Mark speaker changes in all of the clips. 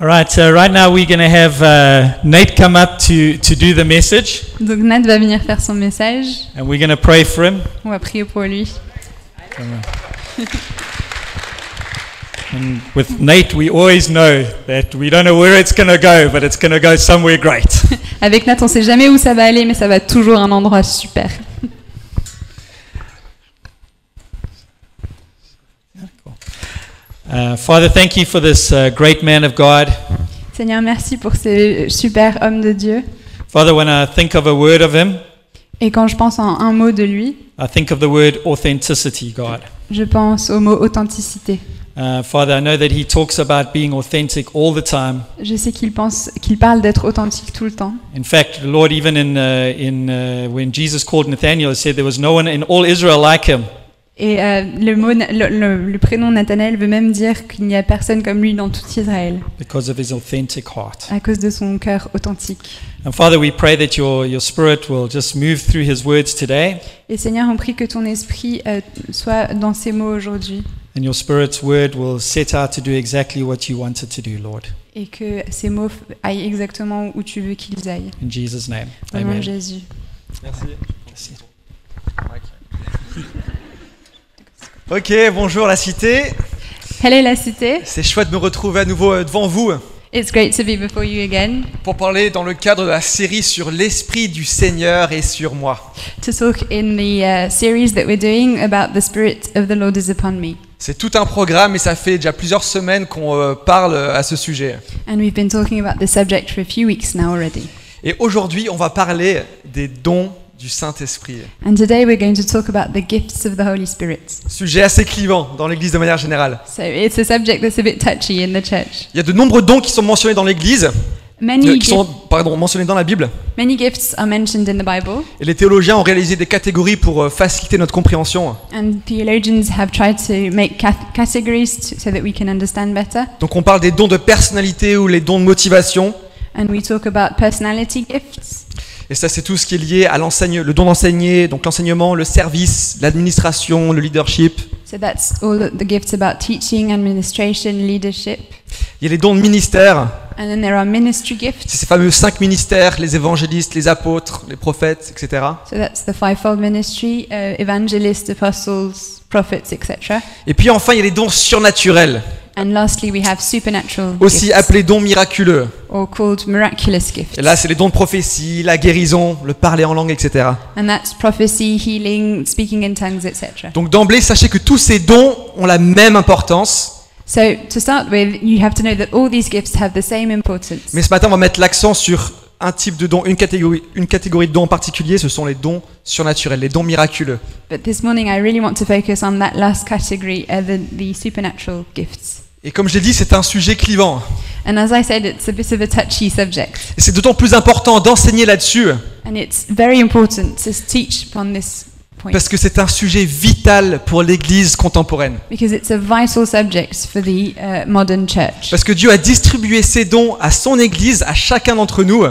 Speaker 1: All right, so right now we're going to have uh, Nate come up to, to do the message,
Speaker 2: Donc Nat va venir faire son message.
Speaker 1: and we're going to pray for him.
Speaker 2: On va prier pour lui.
Speaker 1: And with Nate, we always know that we don't know where it's going to go, but it's going to go somewhere great.
Speaker 2: Avec Nat, on sait jamais où ça va aller, mais ça va toujours à un endroit super.
Speaker 1: Uh, Father, thank you for this uh, great man of God.
Speaker 2: Seigneur, merci pour ce super homme de Dieu.
Speaker 1: Father, when I think of a word of him,
Speaker 2: Et quand je pense en un mot de lui,
Speaker 1: I think of the word authenticity, God.
Speaker 2: je pense au mot authenticité.
Speaker 1: Uh, Father, I know that he talks about being authentic all the time.
Speaker 2: Je sais qu'il pense, qu'il parle d'être authentique tout le temps.
Speaker 1: In fact, Lord, even in, uh, in, uh, when Jesus called Nathanael, he said there was no one in all Israel like him.
Speaker 2: Et euh, le, mot, Na- le, le- le prénom Nathanaël veut même dire qu'il n'y a personne comme lui dans tout Israël,
Speaker 1: because of his authentic heart.
Speaker 2: à cause de son cœur authentique.
Speaker 1: And Father, we pray that your, your spirit will just move through his words today
Speaker 2: Et Seigneur, on prie que ton esprit euh, soit dans ces mots aujourd'hui
Speaker 1: and your spirit's word will set out to do exactly what you wanted to do, Lord.
Speaker 2: et que ces mots f- aillent exactement où tu veux qu'ils aillent.
Speaker 1: In Jesus' name.
Speaker 2: Au nom de
Speaker 1: Amen.
Speaker 2: Jésus.
Speaker 3: Ok, bonjour la cité.
Speaker 2: Hello la cité.
Speaker 3: C'est chouette de me retrouver à nouveau euh, devant vous
Speaker 2: It's great to be before you again
Speaker 3: pour parler dans le cadre de la série sur l'esprit du Seigneur et sur moi.
Speaker 2: to talk in the uh, series that we're doing about the spirit of the Lord is upon me.
Speaker 3: C'est tout un programme et ça fait déjà plusieurs semaines qu'on euh, parle euh, à ce sujet.
Speaker 2: And we've been talking about this subject for a few weeks now already.
Speaker 3: Et aujourd'hui, on va parler des dons du Saint-Esprit.
Speaker 2: And today we're going to talk about the gifts of the Holy Spirit.
Speaker 3: Sujet assez clivant dans l'Église de manière générale.
Speaker 2: So it's a subject that's a bit touchy in the church.
Speaker 3: Il y a de nombreux dons qui sont mentionnés dans l'Église, euh,
Speaker 2: Many,
Speaker 3: qui sont
Speaker 2: gif-
Speaker 3: pardon, mentionnés dans la Bible.
Speaker 2: many gifts are mentioned in the Bible,
Speaker 3: Et les théologiens ont réalisé des catégories pour euh, faciliter notre compréhension.
Speaker 2: and theologians have tried to make cath- categories to, so that we can understand better.
Speaker 3: Donc on parle des dons de personnalité ou les dons de motivation.
Speaker 2: And we talk about personality gifts.
Speaker 3: Et ça, c'est tout ce qui est lié à l'enseigne, le don d'enseigner, donc l'enseignement, le service, l'administration, le leadership.
Speaker 2: So that's all the the gifts about teaching, administration, leadership.
Speaker 3: Il y a les dons de ministère,
Speaker 2: And then there are ministry gifts.
Speaker 3: c'est ces fameux cinq ministères, les évangélistes, les apôtres, les prophètes, etc.
Speaker 2: So that's the fivefold ministry uh, evangelists, apostles, prophets, etc.
Speaker 3: Et puis enfin, il y a les dons surnaturels,
Speaker 2: And lastly, we have supernatural
Speaker 3: aussi
Speaker 2: gifts,
Speaker 3: appelés dons miraculeux.
Speaker 2: or called miraculous gifts.
Speaker 3: Et là, c'est les dons de prophétie, la guérison, le parler en langue, etc.
Speaker 2: And that's prophecy, healing, speaking in tongues, etc.
Speaker 3: Donc d'emblée, sachez que tous ces dons ont la même importance.
Speaker 2: So to start with, you have to know that all these gifts have the same importance.
Speaker 3: Mais ce matin, on va mettre l'accent sur un type de don, une catégorie, une catégorie de dons en particulier, ce sont les dons surnaturels, les dons miraculeux.
Speaker 2: But this morning, I really want to focus on that last category, uh, the, the supernatural gifts.
Speaker 3: Et comme je l'ai dit, c'est un sujet clivant.
Speaker 2: And as I said, it's a bit of a touchy subject.
Speaker 3: Et c'est d'autant plus important d'enseigner là-dessus,
Speaker 2: And it's very important to teach upon this point
Speaker 3: parce que c'est un sujet vital pour l'Église contemporaine.
Speaker 2: because it's a vital subject for the uh, modern church.
Speaker 3: Parce que Dieu a distribué ses dons à son Église, à chacun d'entre nous,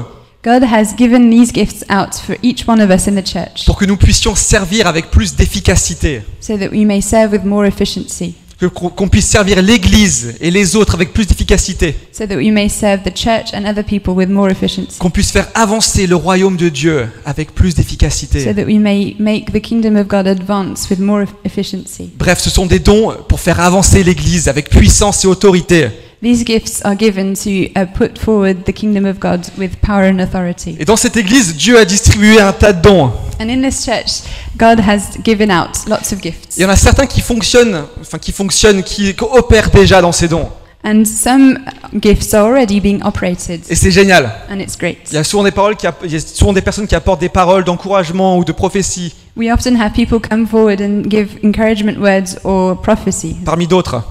Speaker 2: God has given these gifts out for each one of us in the church
Speaker 3: pour que nous puissions servir avec plus d'efficacité,
Speaker 2: so that we may serve with more efficiency,
Speaker 3: que- qu'on puisse servir l'Église et les autres avec plus d'efficacité,
Speaker 2: so that we may serve the church and other people with more efficiency.
Speaker 3: qu'on puisse faire avancer le royaume de Dieu avec plus
Speaker 2: so
Speaker 3: d'efficacité.
Speaker 2: that we may make the kingdom of God advance with more eff- efficiency.
Speaker 3: Bref, ce sont des dons pour faire avancer l'Église avec puissance et autorité.
Speaker 2: These gifts are given to uh, put forward the kingdom of God with power and authority.
Speaker 3: Et dans cette Église, Dieu a distribué un tas de dons.
Speaker 2: And in this church, God has given out lots of gifts.
Speaker 3: Il y en a certains qui fonctionnent, enfin qui fonctionnent, qui opèrent déjà dans ces dons.
Speaker 2: And some gifts are already being operated,
Speaker 3: Et c'est génial.
Speaker 2: and it's
Speaker 3: Il
Speaker 2: great.
Speaker 3: y a souvent des paroles qui, app- il y a souvent des personnes qui apportent des paroles d'encouragement ou de prophétie,
Speaker 2: We often have people come forward and give encouragement words or prophecy,
Speaker 3: parmi d'autres.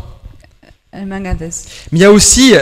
Speaker 2: among others.
Speaker 3: Mais il y a aussi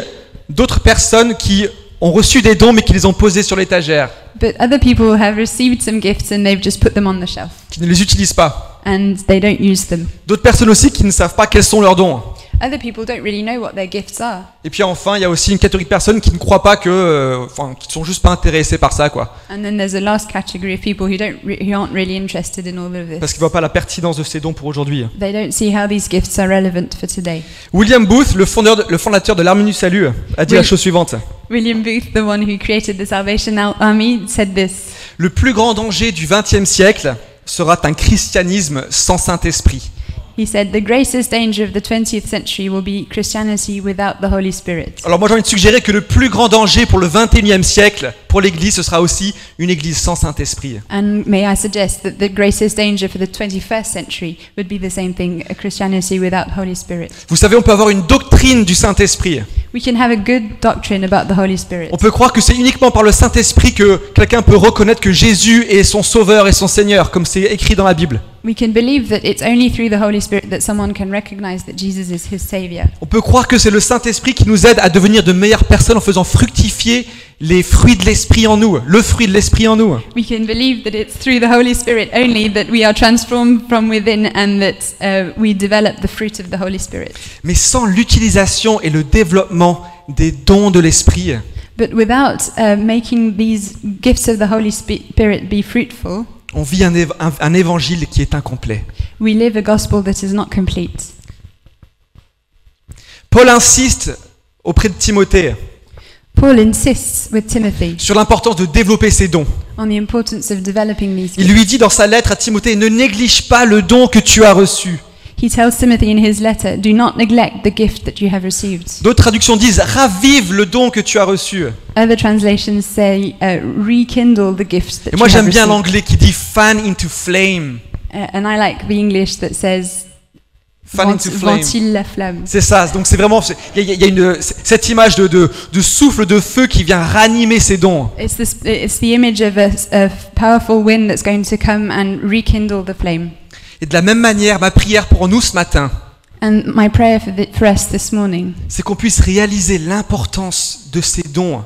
Speaker 3: d'autres personnes qui ont reçu des dons mais qui les ont posés sur l'étagère,
Speaker 2: But other people have received some gifts and they've just put them on the shelf
Speaker 3: qui ne les utilisent pas.
Speaker 2: and they don't use them.
Speaker 3: D'autres personnes aussi qui ne savent pas quels sont leurs dons.
Speaker 2: Other people don't really know what their gifts are.
Speaker 3: Et puis enfin, il y a aussi une catégorie de personnes qui ne croient pas que, euh, enfin, qui ne sont juste pas intéressées par ça, quoi,
Speaker 2: And then there's a last category of people who don't re- who aren't really interested in all of this.
Speaker 3: parce qu'ils voient pas la pertinence de ces dons pour aujourd'hui.
Speaker 2: They don't see how these gifts are relevant for today.
Speaker 3: William Booth, le, fondeur de- le fondateur de l'Armée du Salut, a dit
Speaker 2: Oui.
Speaker 3: la chose suivante
Speaker 2: William Booth, the one who created the Salvation Ar- Army, said this.
Speaker 3: Le plus grand danger du XXe siècle sera un christianisme sans Saint-Esprit.
Speaker 2: He said, The greatest danger of the 20th century will be Christianity without the Holy Spirit.
Speaker 3: Alors moi j'ai envie de suggérer que le plus grand danger pour le XXIe siècle, pour l'Église, ce sera aussi une Église sans Saint-Esprit.
Speaker 2: And may I suggest that the greatest danger for the 21st century would be the same thing a Christianity without Holy Spirit.
Speaker 3: Vous savez, on peut avoir une doctrine du Saint-Esprit.
Speaker 2: We can have a good doctrine about the Holy Spirit.
Speaker 3: On peut croire que c'est uniquement par le Saint-Esprit que quelqu'un peut reconnaître que Jésus est son Sauveur et son Seigneur, comme c'est écrit dans la Bible.
Speaker 2: We can believe that it's only through the Holy Spirit that someone can recognize that Jesus is his Savior.
Speaker 3: On peut croire que c'est le Saint-Esprit qui nous aide à devenir de meilleures personnes en faisant fructifier les fruits de l'Esprit en nous, le fruit de l'Esprit en nous.
Speaker 2: We can believe that it's through the Holy Spirit only that we are transformed from within and that uh, we develop the fruit of the Holy Spirit.
Speaker 3: Mais sans l'utilisation et le développement des dons de l'Esprit,
Speaker 2: But without uh, making these gifts of the Holy Spi- Spirit be fruitful,
Speaker 3: on vit un év- un- un évangile qui est incomplet.
Speaker 2: we live a gospel that is not complete.
Speaker 3: Paul insiste auprès de Timothée
Speaker 2: Paul insists with Timothy
Speaker 3: sur l'importance de développer ses dons.
Speaker 2: on the importance of developing these
Speaker 3: Il
Speaker 2: gifts.
Speaker 3: lui dit dans sa lettre à Timothée, ne néglige pas le don que tu as reçu.
Speaker 2: He tells Timothy in his letter, Do not neglect the gift that you have received.
Speaker 3: D'autres traductions disent, ravive le don que tu as reçu.
Speaker 2: Other translations say, uh, Rekindle the gift that
Speaker 3: Et moi
Speaker 2: you have
Speaker 3: j'aime bien
Speaker 2: received.
Speaker 3: l'anglais qui dit fan into flame.
Speaker 2: Uh, and I like the English that says,
Speaker 3: Fan
Speaker 2: "Vent-
Speaker 3: into flame.
Speaker 2: Ventile la flamme.
Speaker 3: C'est ça, donc c'est vraiment, c'est- il y a, il y a une, c'est- cette image de, de, de souffle de feu qui vient ranimer ses dons.
Speaker 2: It's, this, it's the image of a, a powerful wind that's going to come and rekindle the flame.
Speaker 3: Et de la même manière, ma prière pour nous ce matin,
Speaker 2: And my prayer for, the, for us this morning
Speaker 3: c'est qu'on puisse réaliser l'importance de ces dons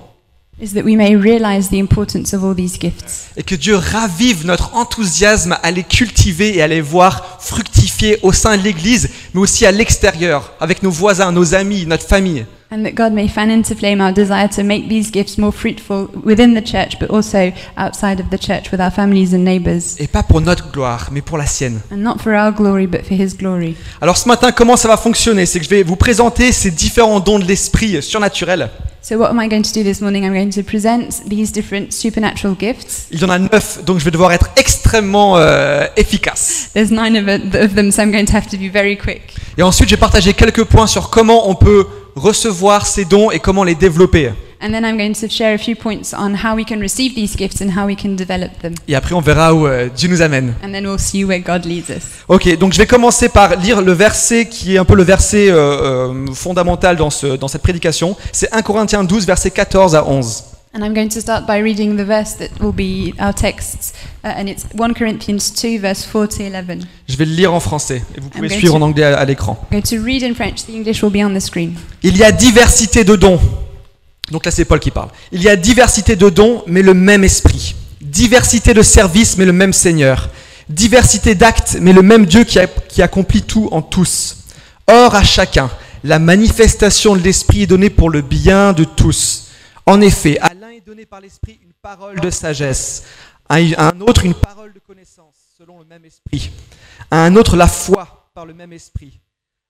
Speaker 2: is that we may realize the importance of all these gifts
Speaker 3: et que Dieu ravive notre enthousiasme à les cultiver et à les voir fructifier au sein de l'Église, mais aussi à l'extérieur, avec nos voisins, nos amis, notre famille.
Speaker 2: and that God may fan into flame our desire to make these gifts more fruitful within the church but also outside of the church with our families and neighbors
Speaker 3: Et pas pour notre gloire, mais pour la sienne.
Speaker 2: and not for our glory but for his glory.
Speaker 3: Alors ce matin, comment ça va fonctionner C'est que je vais vous présenter ces différents dons de l'esprit surnaturel.
Speaker 2: So what am I going to do this morning? I'm going to present these different supernatural gifts.
Speaker 3: Il y en a neuf, donc je vais devoir être extrêmement euh, efficace.
Speaker 2: There's nine of, it, of them so I'm going to have to be very quick.
Speaker 3: Et ensuite, j'ai partagé quelques points sur comment on peut recevoir ces dons et comment les développer.
Speaker 2: And then I'm going to share a few points on how we can receive these gifts and how we can develop them.
Speaker 3: Et après, on verra où euh, Dieu nous amène.
Speaker 2: And then we'll see where God leads us.
Speaker 3: Ok, donc je vais commencer par lire le verset qui est un peu le verset euh, euh, fondamental dans, ce- dans cette prédication. C'est 1 Corinthiens 12, versets 14 à 11.
Speaker 2: And I'm going to start by reading the verse that will be our texts, uh, and it's 1 Corinthians 2, verse 4 to 11.
Speaker 3: Je vais le lire en français et vous pouvez
Speaker 2: Ok,
Speaker 3: suivre
Speaker 2: tu-
Speaker 3: en anglais à, à l'écran.
Speaker 2: I'm going to read in French, the English will be on the screen.
Speaker 3: Il y a diversité de dons. Donc là, c'est Paul qui parle. Il y a diversité de dons, mais le même esprit. Diversité de services, mais le même Seigneur. Diversité d'actes, mais le même Dieu qui, a- qui accomplit tout en tous. Or, à chacun, la manifestation de l'esprit est donnée pour le bien de tous. En effet, à l'un est donné par l'esprit une parole de sagesse, à un autre une parole de connaissance, selon le même esprit. À un autre la foi par le même esprit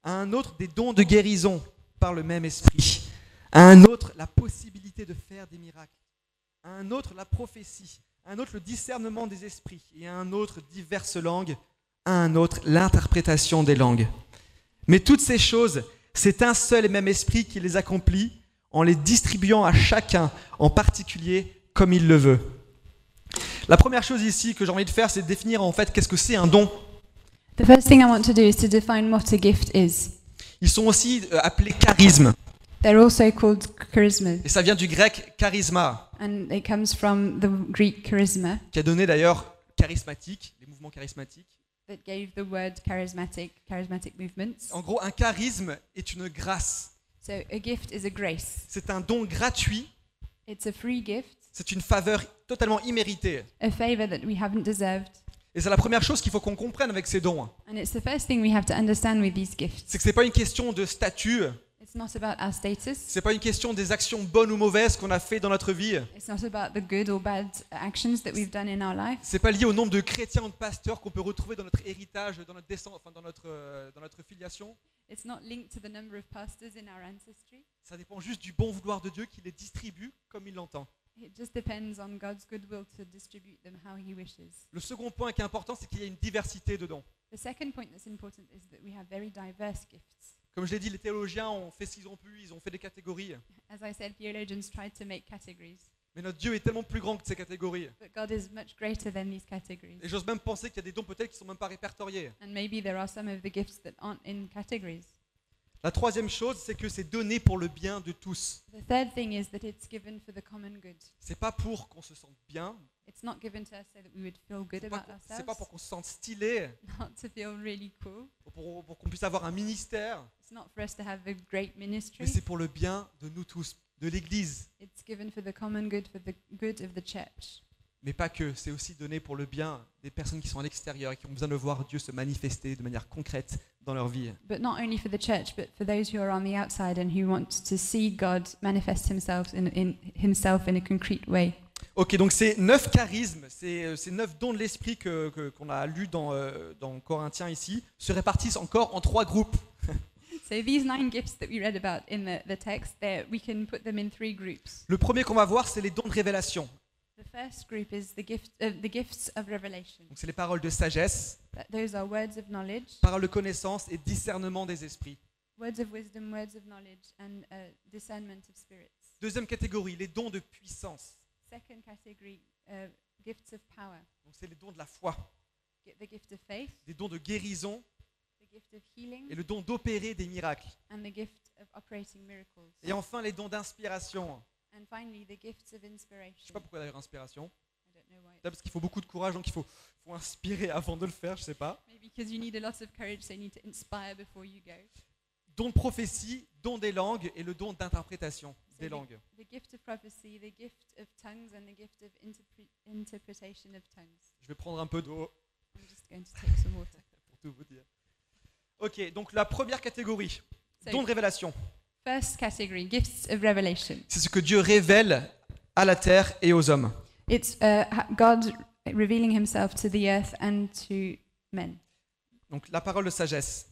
Speaker 3: à un autre des dons de guérison par le même esprit, à un autre la possibilité de faire des miracles, à un autre la prophétie, à un autre le discernement des esprits, et à un autre diverses langues, à un autre l'interprétation des langues. Mais toutes ces choses, c'est un seul et même esprit qui les accomplit en les distribuant à chacun en particulier comme il le veut. La première chose ici que j'ai envie de faire, c'est de définir en fait qu'est-ce que c'est un don.
Speaker 2: The first thing I want to do is to define what a gift is.
Speaker 3: Ils sont aussi euh, appelés charisme.
Speaker 2: They're also called charisma,
Speaker 3: Et ça vient du grec charisma,
Speaker 2: and it comes from the Greek charisma
Speaker 3: qui a donné d'ailleurs charismatique, les mouvements charismatiques.
Speaker 2: that gave the word charismatic, charismatic movements.
Speaker 3: En gros, un charisme est une grâce.
Speaker 2: So a gift is a grace.
Speaker 3: C'est un don gratuit,
Speaker 2: It's a free gift,
Speaker 3: c'est une faveur totalement imméritée.
Speaker 2: a favor that we haven't deserved.
Speaker 3: Et c'est la première chose qu'il faut qu'on comprenne avec ces dons. hein.
Speaker 2: And it's the first thing we have to understand with these gifts.
Speaker 3: C'est que c'est pas une question de statut,
Speaker 2: It's not about our status.
Speaker 3: c'est pas une question des actions bonnes ou mauvaises qu'on a fait dans notre vie.
Speaker 2: It's not about the good or bad actions that we've done in our life.
Speaker 3: C'est pas lié au nombre de chrétiens ou de pasteurs qu'on peut retrouver dans notre héritage, dans notre descend, enfin dans notre euh, dans notre filiation.
Speaker 2: It's not linked to the number of pastors in our ancestry.
Speaker 3: Ça dépend juste du bon vouloir de Dieu qui les distribue comme il l'entend.
Speaker 2: It just depends on God's goodwill to distribute them how He wishes.
Speaker 3: Le second point qui est important, c'est qu'il y a une diversité de dons.
Speaker 2: The second point that's important is that we have very diverse gifts.
Speaker 3: Comme je l'ai dit, les théologiens ont fait ce qu'ils ont pu, ils ont fait des catégories.
Speaker 2: As I said, theologians tried to make categories,
Speaker 3: Mais notre Dieu est tellement plus grand que ces catégories.
Speaker 2: but God is much greater than these
Speaker 3: Et
Speaker 2: categories.
Speaker 3: j'ose même penser qu'il y a des dons peut-être qui sont même pas répertoriés.
Speaker 2: And maybe there are some of the gifts that aren't in categories.
Speaker 3: La troisième chose, c'est que c'est donné pour le bien de tous.
Speaker 2: The third thing is that it's given for the common good.
Speaker 3: C'est pas pour qu'on se sente bien,
Speaker 2: It's not given to us so that we would feel good
Speaker 3: c'est pas,
Speaker 2: about
Speaker 3: qu'on- c'est pas pour
Speaker 2: ourselves,
Speaker 3: qu'on se sente stylé,
Speaker 2: not to feel really cool.
Speaker 3: pour, pour qu'on puisse avoir un ministère,
Speaker 2: It's not for us to have a great
Speaker 3: mais
Speaker 2: ministry.
Speaker 3: c'est pour le bien de nous tous, de l'Église.
Speaker 2: It's given for the common good, for the good of the church.
Speaker 3: Mais pas que, c'est aussi donné pour le bien des personnes qui sont à l'extérieur et qui ont besoin de voir Dieu se manifester de manière concrète dans leur vie.
Speaker 2: But not only for the church, but for those who are on the outside and who want to see God manifest Himself in, in Himself in a concrete way.
Speaker 3: Ok, donc c'est neuf charismes, c'est euh, ces neuf dons de l'esprit que- que- qu'on a lus dans, euh, dans Corinthiens ici, se répartissent encore en trois groupes.
Speaker 2: So these nine gifts that we read about in the, the text, there we can put them in three groups.
Speaker 3: Le premier qu'on va voir, c'est les dons de révélation.
Speaker 2: The first group is the gift uh, the gifts of revelation.
Speaker 3: Donc c'est les paroles de sagesse,
Speaker 2: That those are words of knowledge,
Speaker 3: paroles de connaissance et discernement des esprits.
Speaker 2: words of wisdom, words of knowledge, and uh, discernment of spirits.
Speaker 3: Deuxième catégorie, les dons de puissance.
Speaker 2: Second category, uh, gifts of power,
Speaker 3: Donc c'est les dons de la foi,
Speaker 2: Get the gift of faith,
Speaker 3: les dons de guérison
Speaker 2: the gift of healing,
Speaker 3: et le don d'opérer des miracles.
Speaker 2: and the gift of operating miracles.
Speaker 3: Et enfin, les dons d'inspiration.
Speaker 2: And finally, the gifts of
Speaker 3: Je sais
Speaker 2: inspiration.
Speaker 3: pas pourquoi d'ailleurs inspiration.
Speaker 2: I don't know why.
Speaker 3: Là, parce qu'il faut beaucoup de courage, donc il faut, faut inspirer avant de le faire, je sais pas.
Speaker 2: Maybe because you need a lot of courage, so you need to inspire before you go.
Speaker 3: Don de prophétie, don des langues et le don d'interprétation des langues.
Speaker 2: The gift of prophecy, the gift of tongues, and the gift of interpre- interpretation of tongues.
Speaker 3: Je vais prendre un peu d'eau
Speaker 2: I'm just going to take some water.
Speaker 3: pour tout vous dire. Ok, donc la première catégorie, don
Speaker 2: So,
Speaker 3: de révélation.
Speaker 2: first category, gifts of revelation.
Speaker 3: C'est ce que Dieu révèle à la terre et aux hommes.
Speaker 2: It's uh, ha- God revealing Himself to the earth and to men.
Speaker 3: Donc la parole de sagesse.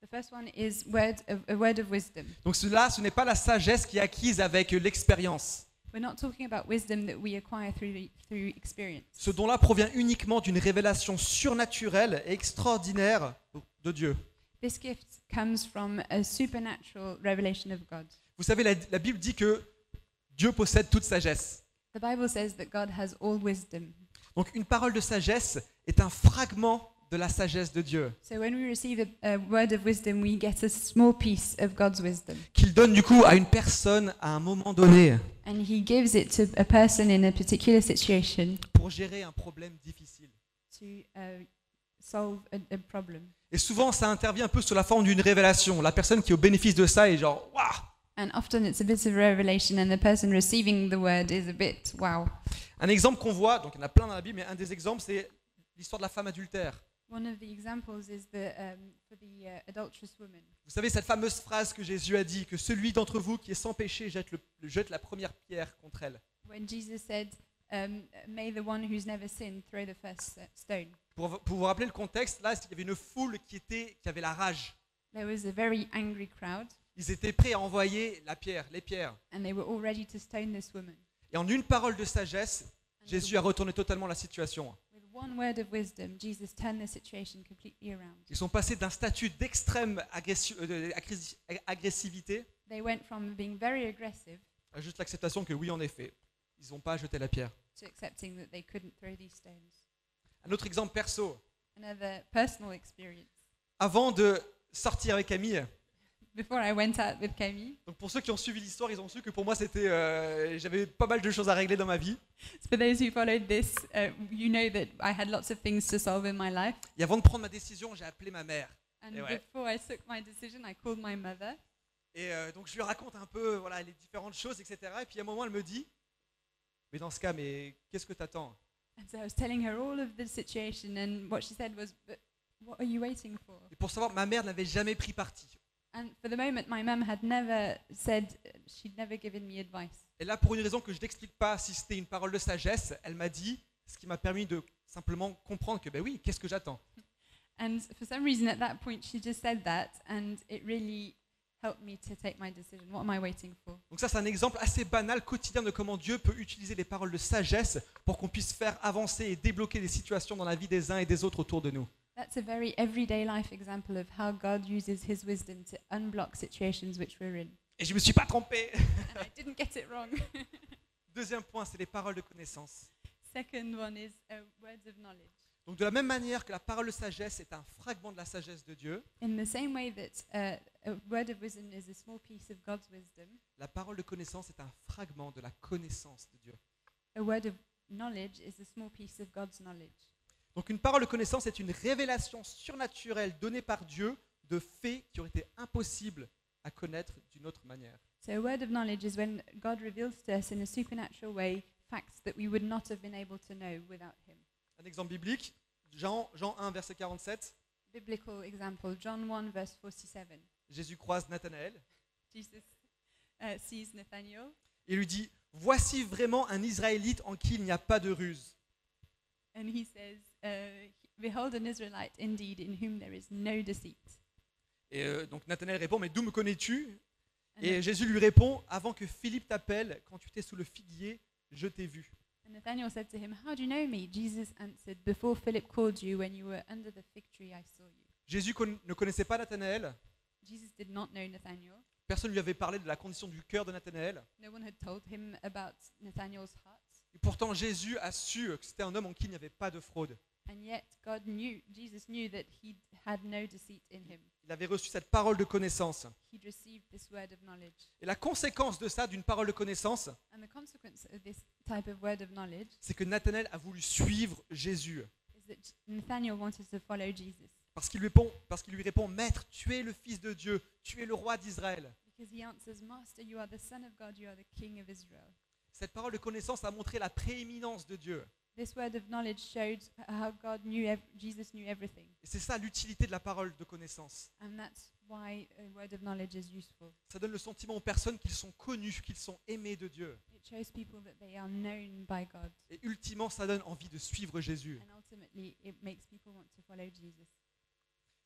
Speaker 2: The first one is word of, a word of wisdom.
Speaker 3: Donc cela, ce n'est pas la sagesse qui est acquise avec l'expérience.
Speaker 2: We're not talking about wisdom that we acquire through through experience.
Speaker 3: Ce don-là provient uniquement d'une révélation surnaturelle et extraordinaire de Dieu.
Speaker 2: This gift comes from a supernatural revelation of God.
Speaker 3: Vous savez, la, la Bible dit que Dieu possède toute sagesse.
Speaker 2: The Bible says that God has all wisdom.
Speaker 3: Donc une parole de sagesse est un fragment de la sagesse de Dieu
Speaker 2: So when we receive a, a word of wisdom, we get a small piece of God's wisdom.
Speaker 3: qu'il donne du coup à une personne à un moment donné
Speaker 2: And He gives it to a person in a particular situation
Speaker 3: pour gérer un problème difficile.
Speaker 2: to uh, solve a, a problem.
Speaker 3: Et souvent, ça intervient un peu sous la forme d'une révélation. La personne qui est au bénéfice de ça est genre, waouh
Speaker 2: And often it's a bit of revelation, and the person receiving the word is a bit wow.
Speaker 3: Un exemple qu'on voit, donc il y en a plein dans la Bible, mais un des exemples, c'est l'histoire de la femme adultère.
Speaker 2: One of the examples is the um, for the uh, adulterous woman.
Speaker 3: Vous savez, cette fameuse phrase que Jésus a dit, que celui d'entre vous qui est sans péché jette, le- le- jette la première pierre contre elle.
Speaker 2: When Jesus said, um, "May the one who's never sinned throw the first uh, stone."
Speaker 3: Pour, pour vous rappeler le contexte, là, il y avait une foule qui, était, qui avait la rage.
Speaker 2: There was a very angry crowd,
Speaker 3: Ils étaient prêts à envoyer la pierre, les pierres.
Speaker 2: and they were all ready to stone this woman.
Speaker 3: Et en une parole de sagesse,
Speaker 2: And
Speaker 3: Jésus a retourné totalement la situation.
Speaker 2: With one word of wisdom, Jesus turned the situation completely around.
Speaker 3: Ils sont passés d'un statut d'extrême agressi- euh, de- agressi- agressivité
Speaker 2: They went from being very aggressive
Speaker 3: à juste l'acceptation que oui, en effet, ils n'ont pas jeté la pierre.
Speaker 2: to accepting that they couldn't throw these stones.
Speaker 3: Un autre exemple perso.
Speaker 2: Another personal experience.
Speaker 3: Avant de sortir avec Camille,
Speaker 2: Before I went out with Camille,
Speaker 3: donc pour ceux qui ont suivi l'histoire, ils ont su que pour moi, c'était, euh, j'avais pas mal de choses à régler dans ma vie.
Speaker 2: for those who followed this, uh, you know that I had lots of things to solve in my life.
Speaker 3: Et avant de prendre ma décision, j'ai appelé ma mère.
Speaker 2: And
Speaker 3: Eh ouais.
Speaker 2: before I took my decision, I called my mother.
Speaker 3: Et euh, donc je lui raconte un peu voilà, les différentes choses, etc. Et puis à un moment, elle me dit, mais dans ce cas, mais qu'est-ce que t'attends
Speaker 2: And so I was telling her all of the situation, and what she said was, but what are you waiting for?
Speaker 3: Et pour savoir, ma mère n'avait jamais pris parti.
Speaker 2: And for the moment, my mum had never said, she'd never given me advice.
Speaker 3: Et là, pour une raison que je n'explique pas, si c'était une parole de sagesse, elle m'a dit, ce qui m'a permis de simplement comprendre que, ben oui, qu'est-ce que j'attends
Speaker 2: And for some reason, at that point, she just said that, and it really helped me to take my decision. What am I waiting for?
Speaker 3: Donc ça, c'est un exemple assez banal, quotidien, de comment Dieu peut utiliser les paroles de sagesse pour qu'on puisse faire avancer et débloquer des situations dans la vie des uns et des autres autour de nous.
Speaker 2: That's a very everyday life example of how God uses his wisdom to unblock situations which we're in.
Speaker 3: Et je me suis pas trompé.
Speaker 2: And I didn't get it wrong.
Speaker 3: Deuxième point, c'est les paroles de connaissance.
Speaker 2: Second one is uh, words of knowledge.
Speaker 3: Donc de la même manière que la parole de sagesse est un fragment de la sagesse de Dieu,
Speaker 2: In the same way that uh, a word of wisdom is a small piece of God's wisdom,
Speaker 3: la parole de connaissance est un fragment de la connaissance de Dieu.
Speaker 2: a word of knowledge is a small piece of God's knowledge.
Speaker 3: Donc une parole de connaissance est une révélation surnaturelle donnée par Dieu de faits qui auraient été impossibles à connaître d'une autre manière.
Speaker 2: So a word of knowledge is when God reveals to us in a supernatural way facts that we would not have been able to know without him.
Speaker 3: Un exemple biblique, Jean, Jean 1, verset 47,
Speaker 2: Biblical example, John 1 verse 47.
Speaker 3: Jésus croise Nathanaël
Speaker 2: Jesus uh, sees Nathanael
Speaker 3: et lui dit, Voici vraiment un Israélite en qui il n'y a pas de ruse.
Speaker 2: and he says, uh, Behold an Israelite indeed in whom there is no deceit.
Speaker 3: Et euh, donc Nathanaël répond, mais d'où me connais-tu
Speaker 2: And,
Speaker 3: Et Jésus lui répond, avant que Philippe t'appelle, quand tu étais sous le figuier, je t'ai vu.
Speaker 2: and Nathanael said to him, How do you know me? Jesus answered, Before Philip called you, when you were under the fig tree, I saw you.
Speaker 3: Jésus con- ne connaissait pas Nathanaël,
Speaker 2: Jesus did not know Nathanael.
Speaker 3: personne ne lui avait parlé de la condition du cœur de Nathanaël.
Speaker 2: No one had told him about Nathanael's heart.
Speaker 3: Et pourtant Jésus a su euh, que c'était un homme en qui il n'y avait pas de fraude.
Speaker 2: And yet God knew, Jesus knew that he had no deceit in him.
Speaker 3: Il avait reçu cette parole de connaissance.
Speaker 2: He'd received this word of knowledge.
Speaker 3: Et la conséquence de ça, d'une parole de connaissance,
Speaker 2: And the consequence of this type of word of knowledge
Speaker 3: c'est que Nathanaël a voulu suivre Jésus.
Speaker 2: is that Nathanael wanted to follow Jesus
Speaker 3: Parce qu'il lui répond, parce qu'il lui répond, Maître, tu es le Fils de Dieu, tu es le roi d'Israël.
Speaker 2: because he answers, Master, you are the Son of God, you are the King of Israel.
Speaker 3: Cette parole de connaissance a montré la prééminence de Dieu.
Speaker 2: This word of knowledge showed how God knew, ev- Jesus knew everything.
Speaker 3: Et c'est ça l'utilité de la parole de connaissance.
Speaker 2: And that's why a word of knowledge is useful.
Speaker 3: Ça donne le sentiment aux personnes qu'ils sont connus, qu'ils sont aimés de Dieu.
Speaker 2: It shows people that they are known by God.
Speaker 3: Et ultimement, ça donne envie de suivre Jésus.
Speaker 2: And ultimately, it makes people want to follow Jesus.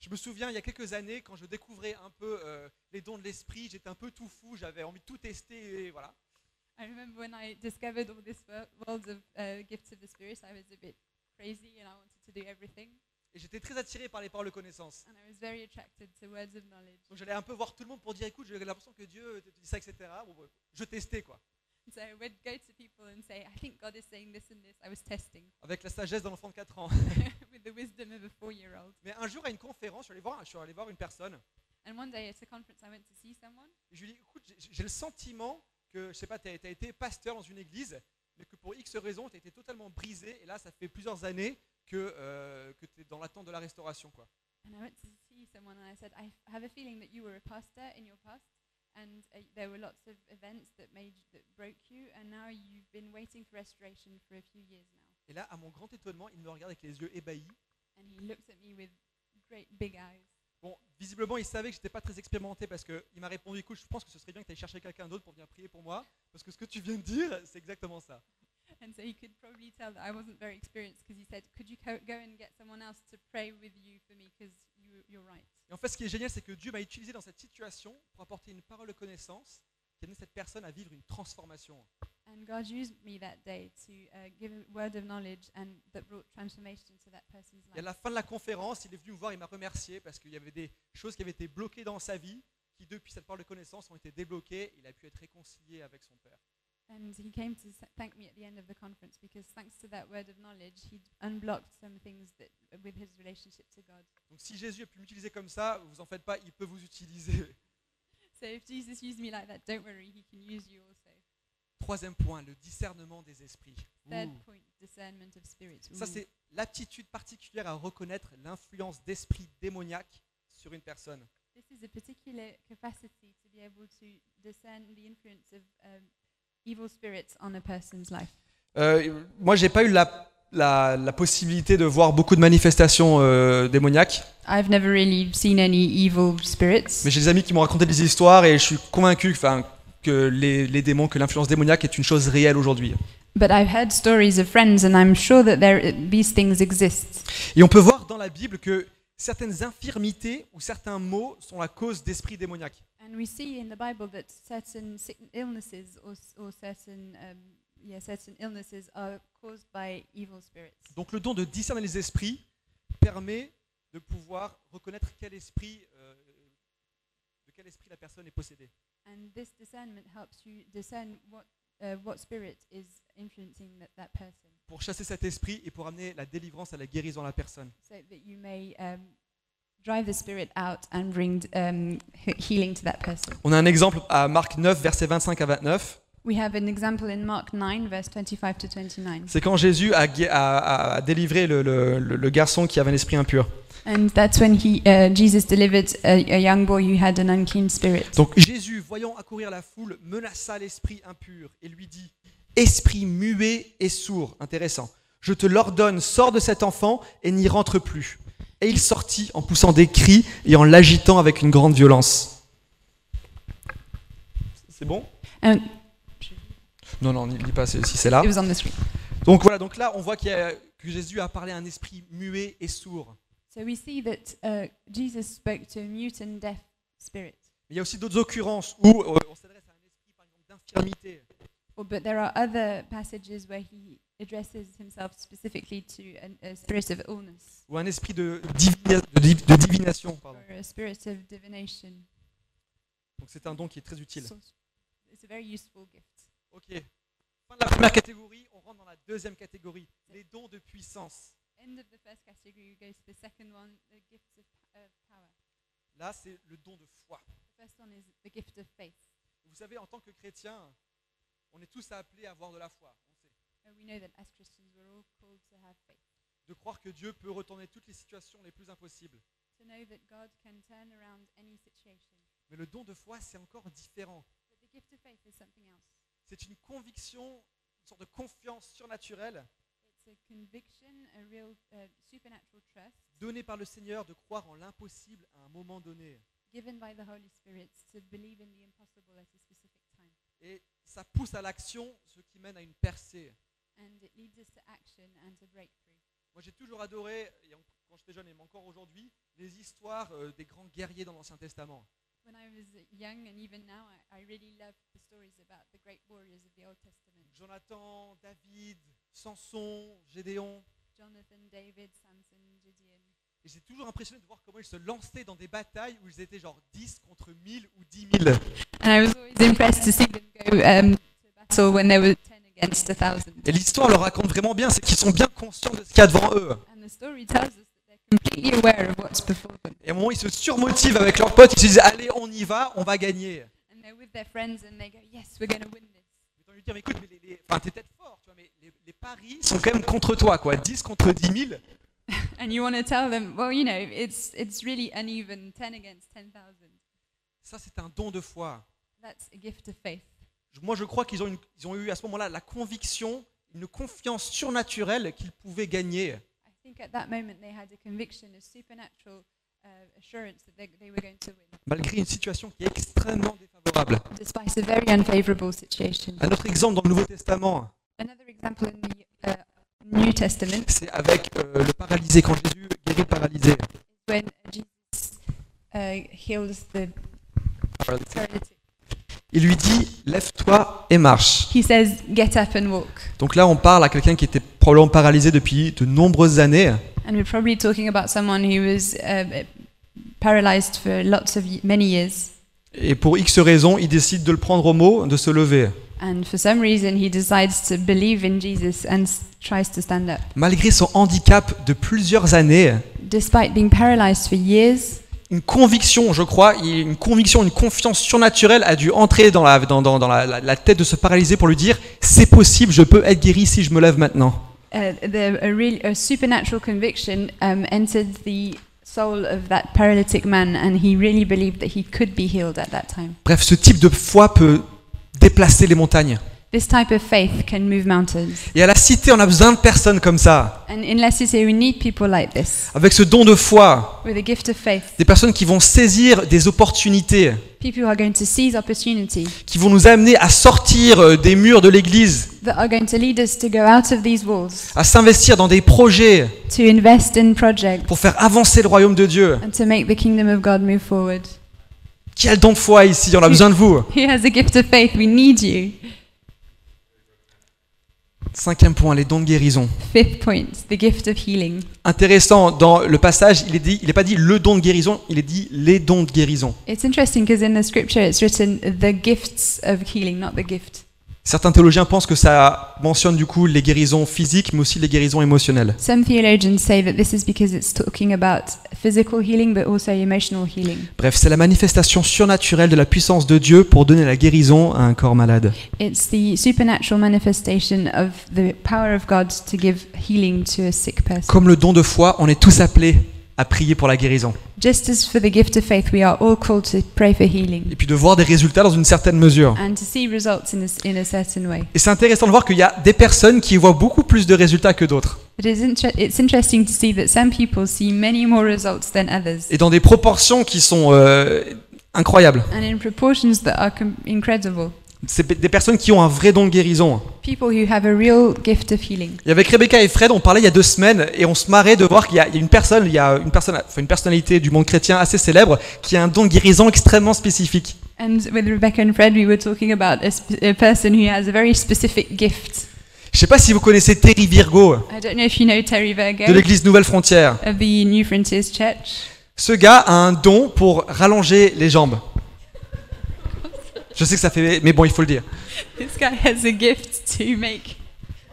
Speaker 3: Je me souviens, il y a quelques années, quand je découvrais un peu euh, les dons de l'esprit, j'étais un peu tout fou, j'avais envie de tout tester, et voilà.
Speaker 2: I remember when I discovered all this wor- world of uh, gifts of the Spirit, I was a bit crazy and I wanted to do everything.
Speaker 3: Et j'étais très attiré par les paroles de connaissance.
Speaker 2: And I was very attracted to words of knowledge.
Speaker 3: Donc j'allais un peu voir tout le monde pour dire, écoute, j'ai l'impression que Dieu te dit ça, etc. Bon, bah, je testais, quoi.
Speaker 2: So I would go to people and say, I think God is saying this and this. I was testing
Speaker 3: Avec la sagesse d'un enfant de 4 ans.
Speaker 2: with the wisdom of a four year old.
Speaker 3: Mais un jour, à une conférence, je suis allé voir, je suis allé voir une personne.
Speaker 2: And one day at a conference, I went to see someone.
Speaker 3: Et je lui ai dit, écoute, j'ai- j'ai le sentiment que, je sais pas, tu as, été pasteur dans une église, mais que pour X raisons, tu as été totalement brisé. Et là, ça fait plusieurs années que, tu es dans l'attente de la restauration. Quoi.
Speaker 2: And I went to see someone and I said, I f- have a feeling that you were a pastor in your past. And uh, there were lots of events that made that broke you, and now you've been waiting for restoration for a few years now.
Speaker 3: Et là, à mon grand étonnement, il me regarde avec les yeux ébahis.
Speaker 2: And he looks at me with great big eyes.
Speaker 3: Bon, visiblement, il savait que j'étais pas très expérimenté parce qu'il m'a répondu, écoute, je pense que ce serait bien que tu ailles chercher quelqu'un d'autre pour venir prier pour moi. Parce que ce que tu viens de dire, c'est exactement ça.
Speaker 2: And so he could probably tell that I wasn't very experienced because he said, Could you co- go and get someone else to pray with you for me because you, you're right?
Speaker 3: Et en fait, ce qui est génial, c'est que Dieu m'a utilisé dans cette situation pour apporter une parole de connaissance qui a amené cette personne à vivre une transformation.
Speaker 2: And God used me that day to uh, give a word of knowledge and that brought transformation to that person's
Speaker 3: Et à
Speaker 2: life.
Speaker 3: la fin de la conférence, il est venu me voir, il m'a remercié parce qu'il y avait des choses qui avaient été bloquées dans sa vie, qui depuis cette parole de connaissance ont été débloquées. Il a pu être réconcilié avec son père.
Speaker 2: And he came to s- thank me at the end of the conference because thanks to that word of knowledge, he'd unblocked some things that with his relationship to God.
Speaker 3: Donc si Jésus a pu m'utiliser comme ça, vous en faites pas, il peut vous utiliser.
Speaker 2: So if Jesus used me like that, don't worry, he can use you also.
Speaker 3: Troisième point, le discernement des esprits.
Speaker 2: Third
Speaker 3: Ouh.
Speaker 2: point discernment of spirits.
Speaker 3: Ça,
Speaker 2: Ooh.
Speaker 3: c'est l'aptitude particulière à reconnaître l'influence d'esprits démoniaques sur une personne.
Speaker 2: This is a particular capacity to be able to discern the influence of um, evil spirits on a person's life.
Speaker 3: Euh, moi, j'ai pas eu la la, la possibilité de voir beaucoup de manifestations euh, démoniaques,
Speaker 2: I've never really seen any evil spirits,
Speaker 3: mais j'ai des amis qui m'ont raconté des histoires et je suis convaincu enfin, que les, les démons, que l'influence démoniaque est une chose réelle aujourd'hui.
Speaker 2: but I've heard stories of friends, and I'm sure that there, these things exist.
Speaker 3: Et on peut voir dans la Bible que certaines infirmités ou certains maux sont la cause d'esprits démoniaques.
Speaker 2: And we see in the Bible that certain sick illnesses or, s- or certain, um, yeah, certain illnesses are caused by evil spirits.
Speaker 3: Donc le don de discerner les esprits permet de pouvoir reconnaître quel esprit, euh, de quel esprit la personne est possédée.
Speaker 2: And this discernment helps you discern what, uh, what spirit is influencing that, that person
Speaker 3: Pour chasser cet esprit et pour amener la délivrance à la guérison à la personne.
Speaker 2: so that you may um, drive the spirit out and bring um, he- healing to that person.
Speaker 3: On a un exemple à Marc 9, versets 25 à 29.
Speaker 2: We have an example in Mark 9, verse 25 to 29.
Speaker 3: C'est quand Jésus a, gué- a- a- a délivré le, le- le- le garçon qui avait un esprit impur.
Speaker 2: And that's when he, uh, Jesus delivered a, a young boy who had an unclean spirit.
Speaker 3: Donc Jésus, voyant accourir la foule, menaça l'esprit impur et lui dit Esprit muet et sourd, intéressant, je te l'ordonne, sors de cet enfant et n'y rentre plus. Et il sortit en poussant des cris et en l'agitant avec une grande violence. C'est bon
Speaker 2: And
Speaker 3: Non, non, n'y lis pas c'est- si c'est là.
Speaker 2: it was on the screen.
Speaker 3: Donc voilà, donc là on voit qu'il y a- que Jésus a parlé à un esprit muet et sourd.
Speaker 2: So we see that uh, Jesus spoke to a mute and deaf spirit.
Speaker 3: Mais il y a aussi d'autres occurrences où euh, on s'adresse à un esprit par exemple d'infirmité.
Speaker 2: Or, but there are other passages where he addresses himself specifically to an, a spirit of illness
Speaker 3: ou un esprit de, divina- de div- de divination. pardon.
Speaker 2: or a spirit of divination.
Speaker 3: Donc c'est un don qui est très utile.
Speaker 2: Sorc- It's a very useful gift.
Speaker 3: Ok. Fin de la première catégorie, on rentre dans la deuxième catégorie, les dons de puissance.
Speaker 2: End of the first category we go to the second one, the gifts of, of power.
Speaker 3: Là, c'est le don de foi.
Speaker 2: The first one is the gift of faith.
Speaker 3: Vous savez, en tant que chrétien, on est tous appelés à avoir de la foi. On sait.
Speaker 2: Uh, we know that as Christians we're all called to have faith,
Speaker 3: De croire que Dieu peut retourner toutes les situations les plus impossibles.
Speaker 2: to know that God can turn around any situation.
Speaker 3: Mais le don de foi, c'est encore différent.
Speaker 2: But the gift of faith is something else.
Speaker 3: C'est une conviction, une sorte de confiance surnaturelle
Speaker 2: It's a conviction, a real uh, supernatural trust
Speaker 3: donnée par le Seigneur de croire en l'impossible à un moment donné.
Speaker 2: given by the Holy Spirit to believe in the impossible at a specific time.
Speaker 3: Et ça pousse à l'action, ce qui mène à une percée.
Speaker 2: And it leads us to action and to breakthrough.
Speaker 3: Moi, j'ai toujours adoré, et en- quand j'étais jeune et même encore aujourd'hui, les histoires euh, des grands guerriers dans l'Ancien Testament.
Speaker 2: When I was young and even now, I, I really love the stories about the great warriors of the Old Testament
Speaker 3: Jonathan, David, Samson, Gédéon.
Speaker 2: Jonathan, David, Samson, Gideon.
Speaker 3: Et j'ai toujours impressionné de voir comment ils se lançaient dans des batailles où ils étaient genre 10 contre 1000 ou 10 000.
Speaker 2: And I was always impressed to see them go um, to battle when they were 10 against a 1,000.
Speaker 3: Et l'histoire leur raconte vraiment bien, c'est qu'ils sont bien conscients de ce qu'il y a devant eux.
Speaker 2: And the story tells us that they're completely aware of what's before them.
Speaker 3: Et à un moment, ils se surmotivent avec leurs potes, ils se disent Allez, on y va, on va gagner.
Speaker 2: And they're with their friends and they go, Yes, we're going to win this.
Speaker 3: Mais t'as envie de dire, mais écoute, mais les, les- enfin, t'es peut-être fort, tu vois, mais les, les paris sont quand même contre toi, quoi. 10 contre 10 000.
Speaker 2: And you want to tell them, Well, you know, it's, it's really uneven 10 against 10,000.
Speaker 3: Ça, c'est un don de foi.
Speaker 2: That's a gift of faith.
Speaker 3: Je- Moi, je crois qu'ils ont, une- ils ont eu à ce moment-là la conviction, une confiance surnaturelle qu'ils pouvaient gagner.
Speaker 2: I think at that moment they had a conviction, a supernatural uh, assurance that they, they were going to win,
Speaker 3: malgré une situation qui est extrêmement défavorable.
Speaker 2: despite a very unfavorable situation.
Speaker 3: Un autre exemple dans le Nouveau Testament,
Speaker 2: Another example in the uh, New Testament
Speaker 3: c'est avec euh, le paralysé, quand Jésus guérit le paralysé.
Speaker 2: when Jesus uh, heals the paralytic.
Speaker 3: Il lui dit, lève-toi et marche.
Speaker 2: He says, Get up and walk.
Speaker 3: Donc là, on parle à quelqu'un qui était probablement paralysé depuis de nombreuses années.
Speaker 2: And we're probably talking about someone who was uh, paralyzed for lots of y- many years.
Speaker 3: Et pour X raisons, il décide de le prendre au mot, de se lever.
Speaker 2: And for some reason, he decides to believe in Jesus and s- tries to stand up.
Speaker 3: Malgré son handicap de plusieurs années,
Speaker 2: Despite being paralyzed for years,
Speaker 3: une conviction, je crois, il- une conviction, une confiance surnaturelle a dû entrer dans la, dans, dans- dans la- la- la tête de ce paralysé pour lui dire c'est possible, je peux être guéri si je me lève maintenant.
Speaker 2: uh, the, a, real, a supernatural conviction um, entered the soul of that paralytic man, and he really believed that he could be healed at that time.
Speaker 3: Bref, ce type de foi peut déplacer les montagnes.
Speaker 2: This type of faith can move mountains.
Speaker 3: Et à la cité, on a besoin de personnes comme ça,
Speaker 2: And in Leicester, we need people like this
Speaker 3: avec ce don de foi,
Speaker 2: with a gift of faith.
Speaker 3: des personnes qui vont saisir des opportunités,
Speaker 2: People who are going to seize opportunity,
Speaker 3: qui vont nous amener à sortir euh, des murs de l'Église,
Speaker 2: that are going to lead us to go out of these walls,
Speaker 3: à s'investir dans des projets
Speaker 2: to invest in projects,
Speaker 3: pour faire avancer le royaume de Dieu.
Speaker 2: and to make the kingdom of God move forward.
Speaker 3: Qui a le don de foi ici On a besoin de vous.
Speaker 2: He has a gift of faith. We need you.
Speaker 3: Cinquième point, les dons de guérison.
Speaker 2: Fifth point the gift of healing.
Speaker 3: Intéressant, dans le passage, il est dit, il n'est pas dit le don de guérison, il est dit les dons de guérison.
Speaker 2: It's interesting because in the scripture it's written the gifts of healing, not the gift.
Speaker 3: Certains théologiens pensent que ça mentionne du coup les guérisons physiques, mais aussi les guérisons émotionnelles.
Speaker 2: Some theologians say that this is because it's talking about physical healing but also emotional healing.
Speaker 3: Bref, c'est la manifestation surnaturelle de la puissance de Dieu pour donner la guérison à un corps malade.
Speaker 2: It's the supernatural manifestation of the power of God to give healing to a sick person.
Speaker 3: Comme le don de foi, on est tous appelés à prier pour la guérison.
Speaker 2: Just as for the gift of faith, we are all called to pray for healing
Speaker 3: Et puis de voir des résultats dans une certaine mesure.
Speaker 2: and to see results in a, s- in a certain way.
Speaker 3: Et c'est intéressant de voir qu'il y a des personnes qui voient beaucoup plus de résultats que d'autres.
Speaker 2: It is inter- it's interesting to see that some people see many more results than others.
Speaker 3: Et dans des proportions qui sont euh, incroyables.
Speaker 2: and in proportions that are com- incredible.
Speaker 3: C'est des personnes qui ont un vrai don de guérison.
Speaker 2: People who have a real gift of healing.
Speaker 3: Et avec Rebecca et Fred, on parlait il y a deux semaines et on se marrait de voir qu'il y a il y a une personne, il y a une personne, enfin une personnalité du monde chrétien assez célèbre qui a un don de guérison extrêmement spécifique.
Speaker 2: And with Rebecca and Fred, we were talking about a, sp- a person who has a very specific gift.
Speaker 3: Je sais pas si vous connaissez Terry Virgo
Speaker 2: I don't know if you know Terry
Speaker 3: de
Speaker 2: Virgo
Speaker 3: l'église Nouvelle Frontière.
Speaker 2: of the New Frontiers Church.
Speaker 3: Ce gars a un don pour rallonger les jambes. Je sais que ça fait, mais bon, il faut le dire.
Speaker 2: This guy has a gift to make,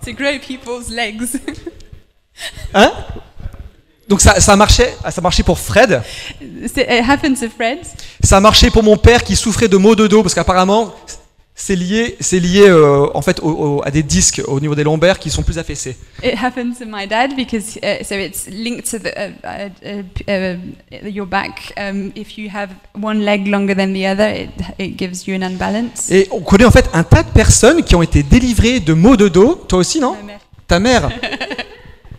Speaker 2: to grow people's legs.
Speaker 3: Hein Donc ça, ça a marché, ça a marché pour Fred.
Speaker 2: So it happened to Fred.
Speaker 3: Ça a marché pour mon père qui souffrait de maux de dos parce qu'apparemment c'est lié, c'est lié euh, en fait au- au- à des disques au niveau des lombaires qui sont plus affaissés.
Speaker 2: It happened to my dad because uh, so it's linked to the, uh, uh, uh, uh, your back. Um, if you have one leg longer than the other, it, it gives you an unbalance.
Speaker 3: Et on connaît en fait un tas de personnes qui ont été délivrées de maux de dos. Toi aussi, non
Speaker 2: My mère.
Speaker 3: Ta mère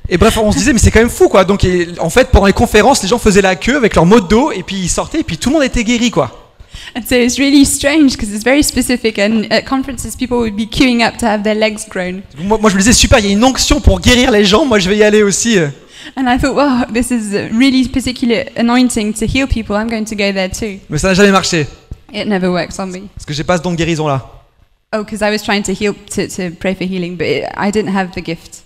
Speaker 3: Et bref, on se disait, mais c'est quand même fou, quoi. Donc, et- en fait, pendant les conférences, les gens faisaient la queue avec leurs maux de dos, et puis ils sortaient, et puis tout le monde était guéri, quoi.
Speaker 2: And so it's really strange because it's very specific. And at conferences, people would be queuing up to have their legs grown.
Speaker 3: Moi, moi, je me disais, super, il y a une onction pour guérir les gens, moi, je vais y aller aussi.
Speaker 2: And I thought, wow, this is a really particular anointing to heal people. I'm going to go there too.
Speaker 3: Mais ça n'a jamais marché,
Speaker 2: It never works on me.
Speaker 3: parce que j'ai pas ce don de guérison, là.
Speaker 2: Oh, because I was trying to heal, to, to pray for healing, but it, I didn't have the gift.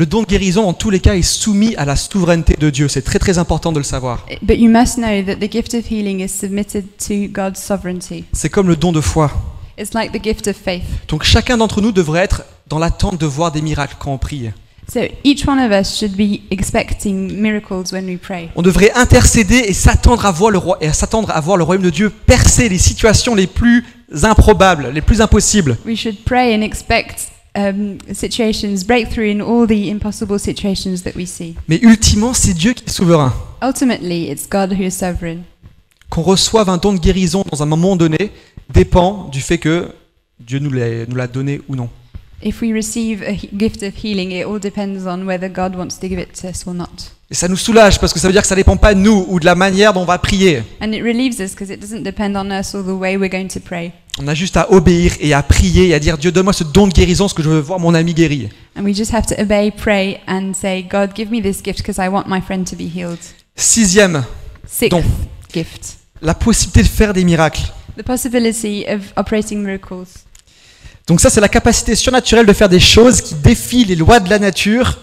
Speaker 3: Le don de guérison, en tous les cas, est soumis à la souveraineté de Dieu. C'est très, très important de le savoir.
Speaker 2: But you must know that the gift of healing is submitted to God's sovereignty.
Speaker 3: C'est comme le don de foi.
Speaker 2: It's like the gift of faith.
Speaker 3: Donc, chacun d'entre nous devrait être dans l'attente de voir des miracles quand on prie.
Speaker 2: So each one of us should be expecting miracles when we pray.
Speaker 3: On devrait intercéder et s'attendre à voir le roi et à s'attendre à voir le royaume de Dieu percer les situations les plus improbables, les plus impossibles.
Speaker 2: We should pray and expect um, situations, breakthrough in all the impossible situations that we see.
Speaker 3: Mais ultimement, c'est Dieu qui est souverain.
Speaker 2: Ultimately, it's God who is sovereign.
Speaker 3: Qu'on reçoive un don de guérison dans un moment donné dépend du fait que Dieu nous l'a nous l'a donné ou non.
Speaker 2: If we receive a he- gift of healing, it all depends on whether God wants to give it to us or not.
Speaker 3: Et ça nous soulage parce que ça veut dire que ça dépend pas de nous ou de la manière dont on va prier.
Speaker 2: And it relieves us because it doesn't depend on us or the way we're going to pray.
Speaker 3: On a juste à obéir et à prier et à dire Dieu donne-moi ce don de guérison parce que je veux voir mon ami guéri.
Speaker 2: And we just have to obey, pray, and say, God, give me this gift because I want my friend to be healed.
Speaker 3: Sixième,
Speaker 2: Sixth
Speaker 3: Don't.
Speaker 2: gift
Speaker 3: la possibilité de faire des miracles.
Speaker 2: the possibility of operating miracles.
Speaker 3: Donc ça, c'est la capacité surnaturelle de faire des choses qui défient les lois de la nature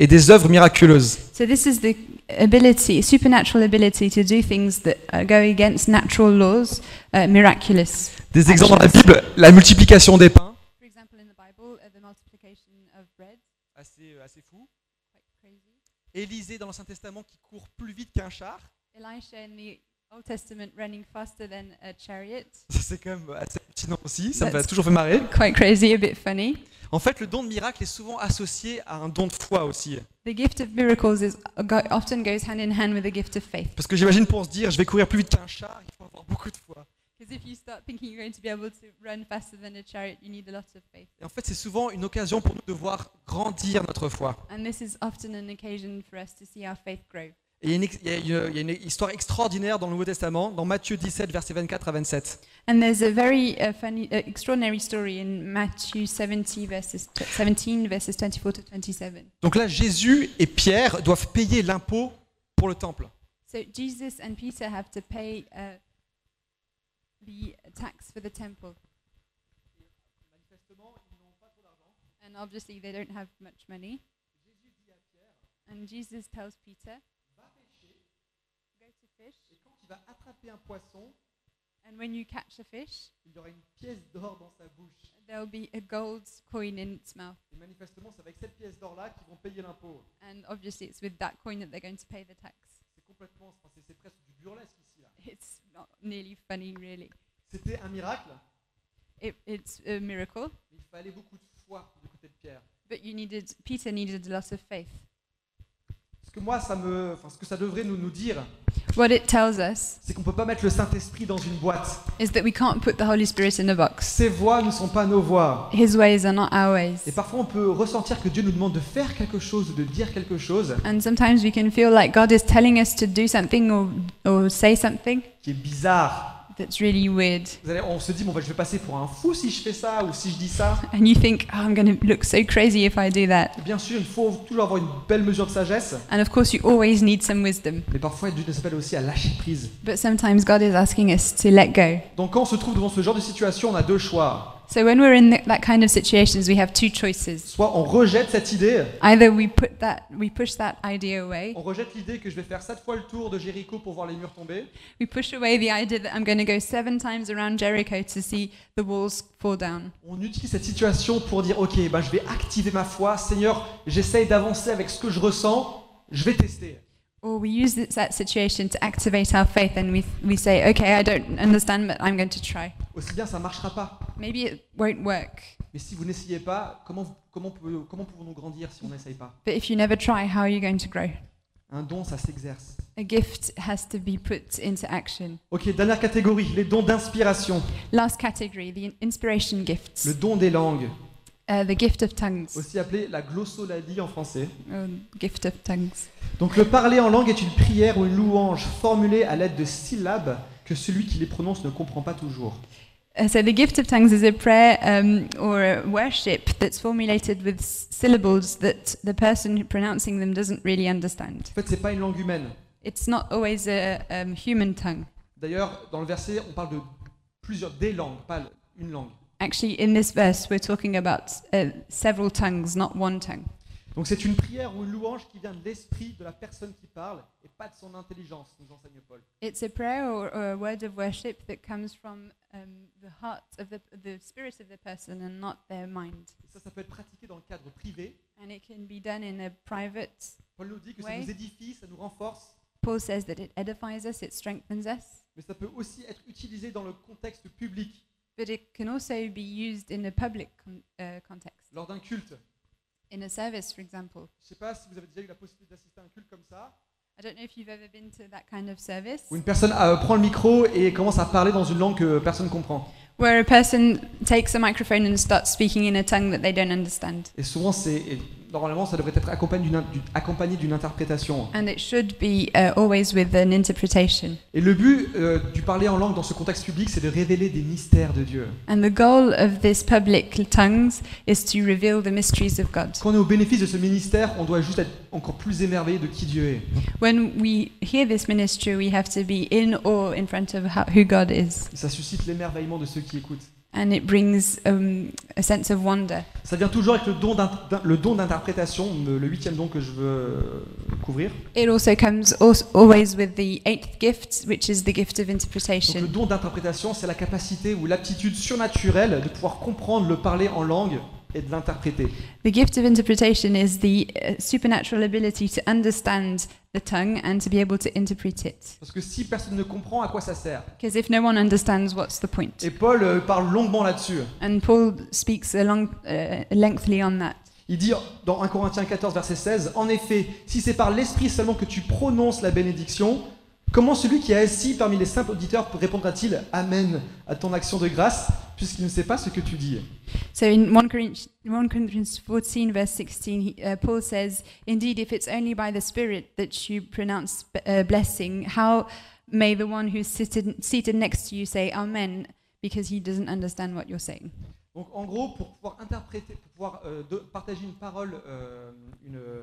Speaker 3: et des œuvres miraculeuses.
Speaker 2: So, this is the ability, supernatural ability to do things that uh, go against natural laws, uh, miraculous.
Speaker 3: Des exemples dans la Bible, la multiplication des pains.
Speaker 2: For example, in the Bible, uh, the multiplication of bread,
Speaker 3: Assez, Ah, euh, assez fou.
Speaker 2: quite crazy.
Speaker 3: Élisée dans l'Ancien Testament qui court plus vite qu'un char.
Speaker 2: Elisha in the Old Testament running faster than a chariot.
Speaker 3: Ça, c'est quand même assez pertinent aussi, ça m'a
Speaker 2: That's-
Speaker 3: toujours fait marrer.
Speaker 2: Quite crazy, a bit funny.
Speaker 3: En fait, le don de miracle est souvent associé à un don de foi aussi.
Speaker 2: The gift of miracles is go- often goes hand in hand with the gift of faith.
Speaker 3: Parce que j'imagine pour se dire, je vais courir plus vite qu'un char, il faut avoir beaucoup de foi.
Speaker 2: Because if you start thinking you're going to be able to run faster than a chariot, you need a lot of faith.
Speaker 4: Et en fait, c'est souvent une occasion pour nous de voir grandir notre foi.
Speaker 2: And this is often an occasion for us to see our faith grow.
Speaker 4: Et il y a une ex- il y a une- il y a une histoire extraordinaire dans le Nouveau Testament, dans Matthieu 17, versets 24 à 27.
Speaker 2: And there's a very uh, funny, uh, extraordinary story in Matthew 70 verses tw- 17 verses 24 to 27.
Speaker 4: Donc là, Jésus et Pierre doivent payer l'impôt pour le temple.
Speaker 2: So Jesus and Peter have to pay uh, the tax for the temple, and obviously they don't have much money. And Jesus tells Peter, "Go to fish,
Speaker 3: Et quand il va attraper un poisson,
Speaker 2: and when you catch a fish,
Speaker 3: il y aura une pièce d'or dans sa bouche.
Speaker 2: there will be a gold coin in its mouth."
Speaker 3: Et manifestement, c'est avec cette pièce d'or-là qu'ils vont payer l'impôt.
Speaker 2: And obviously, it's with that coin that they're going to pay the tax.
Speaker 3: C'est complètement, enfin, c'est- c'est presque du burlesque ici. là.
Speaker 2: It's not nearly funny, really.
Speaker 3: C'était un miracle,
Speaker 2: It, it's a miracle,
Speaker 3: mais il fallait beaucoup de foi du côté de Pierre.
Speaker 2: but you needed Peter needed a lot of faith.
Speaker 3: Ce que moi, ça me, enfin, ce que ça devrait nous, nous dire,
Speaker 2: What it tells us
Speaker 3: c'est qu'on peut pas mettre le Saint-Esprit dans une boîte.
Speaker 2: is that we can't put the Holy Spirit in a box.
Speaker 3: Ses voix ne sont pas nos voix.
Speaker 2: His ways are not our
Speaker 3: Et
Speaker 2: ways.
Speaker 3: parfois, on peut ressentir que Dieu nous demande de faire quelque chose ou de dire quelque chose
Speaker 2: And sometimes we can feel like God is telling us to do something or, or say something
Speaker 3: qui est bizarre.
Speaker 2: that's really weird.
Speaker 3: Vous allez, on se dit, bon, bah, je vais passer pour un fou si je fais ça ou si je dis ça.
Speaker 2: And you think, oh, I'm going to look so crazy if I do that.
Speaker 3: Et bien sûr, il faut toujours avoir une belle mesure de sagesse,
Speaker 2: And of course, you always need some wisdom.
Speaker 3: mais parfois, Dieu nous appelle aussi à lâcher prise.
Speaker 2: But sometimes God is asking us to let go.
Speaker 3: Donc, quand on se trouve devant ce genre de situation, on a deux choix.
Speaker 2: So when we're in th- that kind of situations, we have two choices.
Speaker 3: Soit on rejette cette idée,
Speaker 2: Either we put that, we push that idea away.
Speaker 3: on rejette l'idée que je vais faire sept fois le tour de Jéricho pour voir les murs tomber,
Speaker 2: We push away the idea that I'm going to go seven times around Jericho to see the walls fall down.
Speaker 3: On utilise cette situation pour dire Ok, ben, je vais activer ma foi. Seigneur, j'essaye d'avancer avec ce que je ressens. Je vais tester.
Speaker 2: Or we use this, that situation to activate our faith and we, we say, okay, I don't understand, but I'm going to try.
Speaker 3: Aussi bien, ça ne marchera pas.
Speaker 2: Maybe it won't work.
Speaker 3: Mais si vous n'essayez pas, comment, vous- comment, peut- comment pouvons-nous grandir si on n'essaye pas
Speaker 2: But if you never try, how are you going to grow?
Speaker 3: Un don, ça s'exerce.
Speaker 2: A gift has to be put into action.
Speaker 3: Ok, dernière catégorie les dons d'inspiration.
Speaker 2: Last category, the inspiration gifts,
Speaker 3: Le don des langues,
Speaker 2: uh, the gift of tongues,
Speaker 3: aussi appelé la glossolalie en français.
Speaker 2: or gift of tongues.
Speaker 3: Donc, le parler en langue est une prière ou une louange formulée à l'aide de syllabes que celui qui les prononce ne comprend pas toujours.
Speaker 2: Uh, so the gift of tongues is a prayer um, or a worship that's formulated with s- syllables that the person pronouncing them doesn't really understand.
Speaker 3: En fait, c'est pas une langue humaine.
Speaker 2: It's not always a um, human tongue.
Speaker 3: D'ailleurs, dans le verset, on parle de plusieurs des langues, pas le- une langue.
Speaker 2: Actually, in this verse, we're talking about uh, several tongues, not one tongue.
Speaker 3: Donc c'est une prière ou une louange qui vient de l'esprit de la personne qui parle et pas de son intelligence, nous enseigne Paul.
Speaker 2: It's a prayer or, or a word of worship that comes from um, the heart of the, the spirit of the person and not their mind.
Speaker 3: Et ça, ça peut être pratiqué dans le cadre privé.
Speaker 2: And it can be done in a private.
Speaker 3: Paul nous dit que ça
Speaker 2: Ouais.
Speaker 3: nous édifie, ça nous renforce,
Speaker 2: Paul says that it edifies us, it strengthens us,
Speaker 3: mais ça peut aussi être utilisé dans le contexte public,
Speaker 2: but it can also be used in a public con- uh, context,
Speaker 3: lors d'un culte.
Speaker 2: in a service, for example.
Speaker 3: Je sais pas si vous avez déjà eu la possibilité d'assister à un culte comme ça,
Speaker 2: I don't know if you've ever been to that kind of service
Speaker 3: où une personne euh, prend le micro et commence à parler dans une langue que personne ne comprend.
Speaker 2: where a person takes a microphone and starts speaking in a tongue that they don't understand.
Speaker 3: Et souvent, c'est et normalement, ça devrait être accompagné d'une in- d'une- accompagné d'une interprétation.
Speaker 2: And it should be uh, always with an interpretation.
Speaker 3: Et le but euh, du parler en langue dans ce contexte public, c'est de révéler des mystères de Dieu.
Speaker 2: And the goal of this public tongues is to reveal the mysteries of God.
Speaker 3: Quand on est au bénéfice de ce ministère, on doit juste être encore plus émerveillé de qui Dieu est.
Speaker 2: When we hear this ministry, we have to be in awe in front of how, who God is.
Speaker 3: Et ça suscite l'émerveillement de ceux qui écoutent.
Speaker 2: And it brings um, a sense of wonder.
Speaker 3: Ça vient toujours avec le don d'int- d'in- le don d'interprétation, me- le huitième don que je veux euh, couvrir.
Speaker 2: It also comes als- always with the eighth gift, which is the gift of
Speaker 3: Donc, le
Speaker 2: interpretation.
Speaker 3: don d'interprétation, c'est la capacité ou l'aptitude surnaturelle de pouvoir comprendre le parler en langue et de l'interpréter.
Speaker 2: The gift of interpretation is the uh, supernatural ability to understand the tongue and to be able to interpret it.
Speaker 3: Parce que si personne ne comprend, à quoi ça sert
Speaker 2: Because if no one understands, what's the point?
Speaker 3: Et Paul euh, parle longuement là-dessus.
Speaker 2: And Paul speaks a long, uh, lengthily on that.
Speaker 3: Il dit dans 1 Corinthiens 14, verset 16, En effet, si c'est par l'Esprit seulement que tu prononces la bénédiction, Comment celui qui est assis parmi les simples auditeurs répondra-t-il Amen à ton action de grâce, puisqu'il ne sait pas ce que tu dis
Speaker 2: So in 1 Corinthians, 1 Corinthians 14, verse 16, he, uh, Paul says, Indeed, if it's only by the Spirit that you pronounce b- uh, blessing, how may the one who's seated, seated next to you say Amen because he doesn't understand what you're saying?
Speaker 3: Donc en gros, pour pouvoir interpréter, pour pouvoir euh, de- partager une parole, euh, une, euh,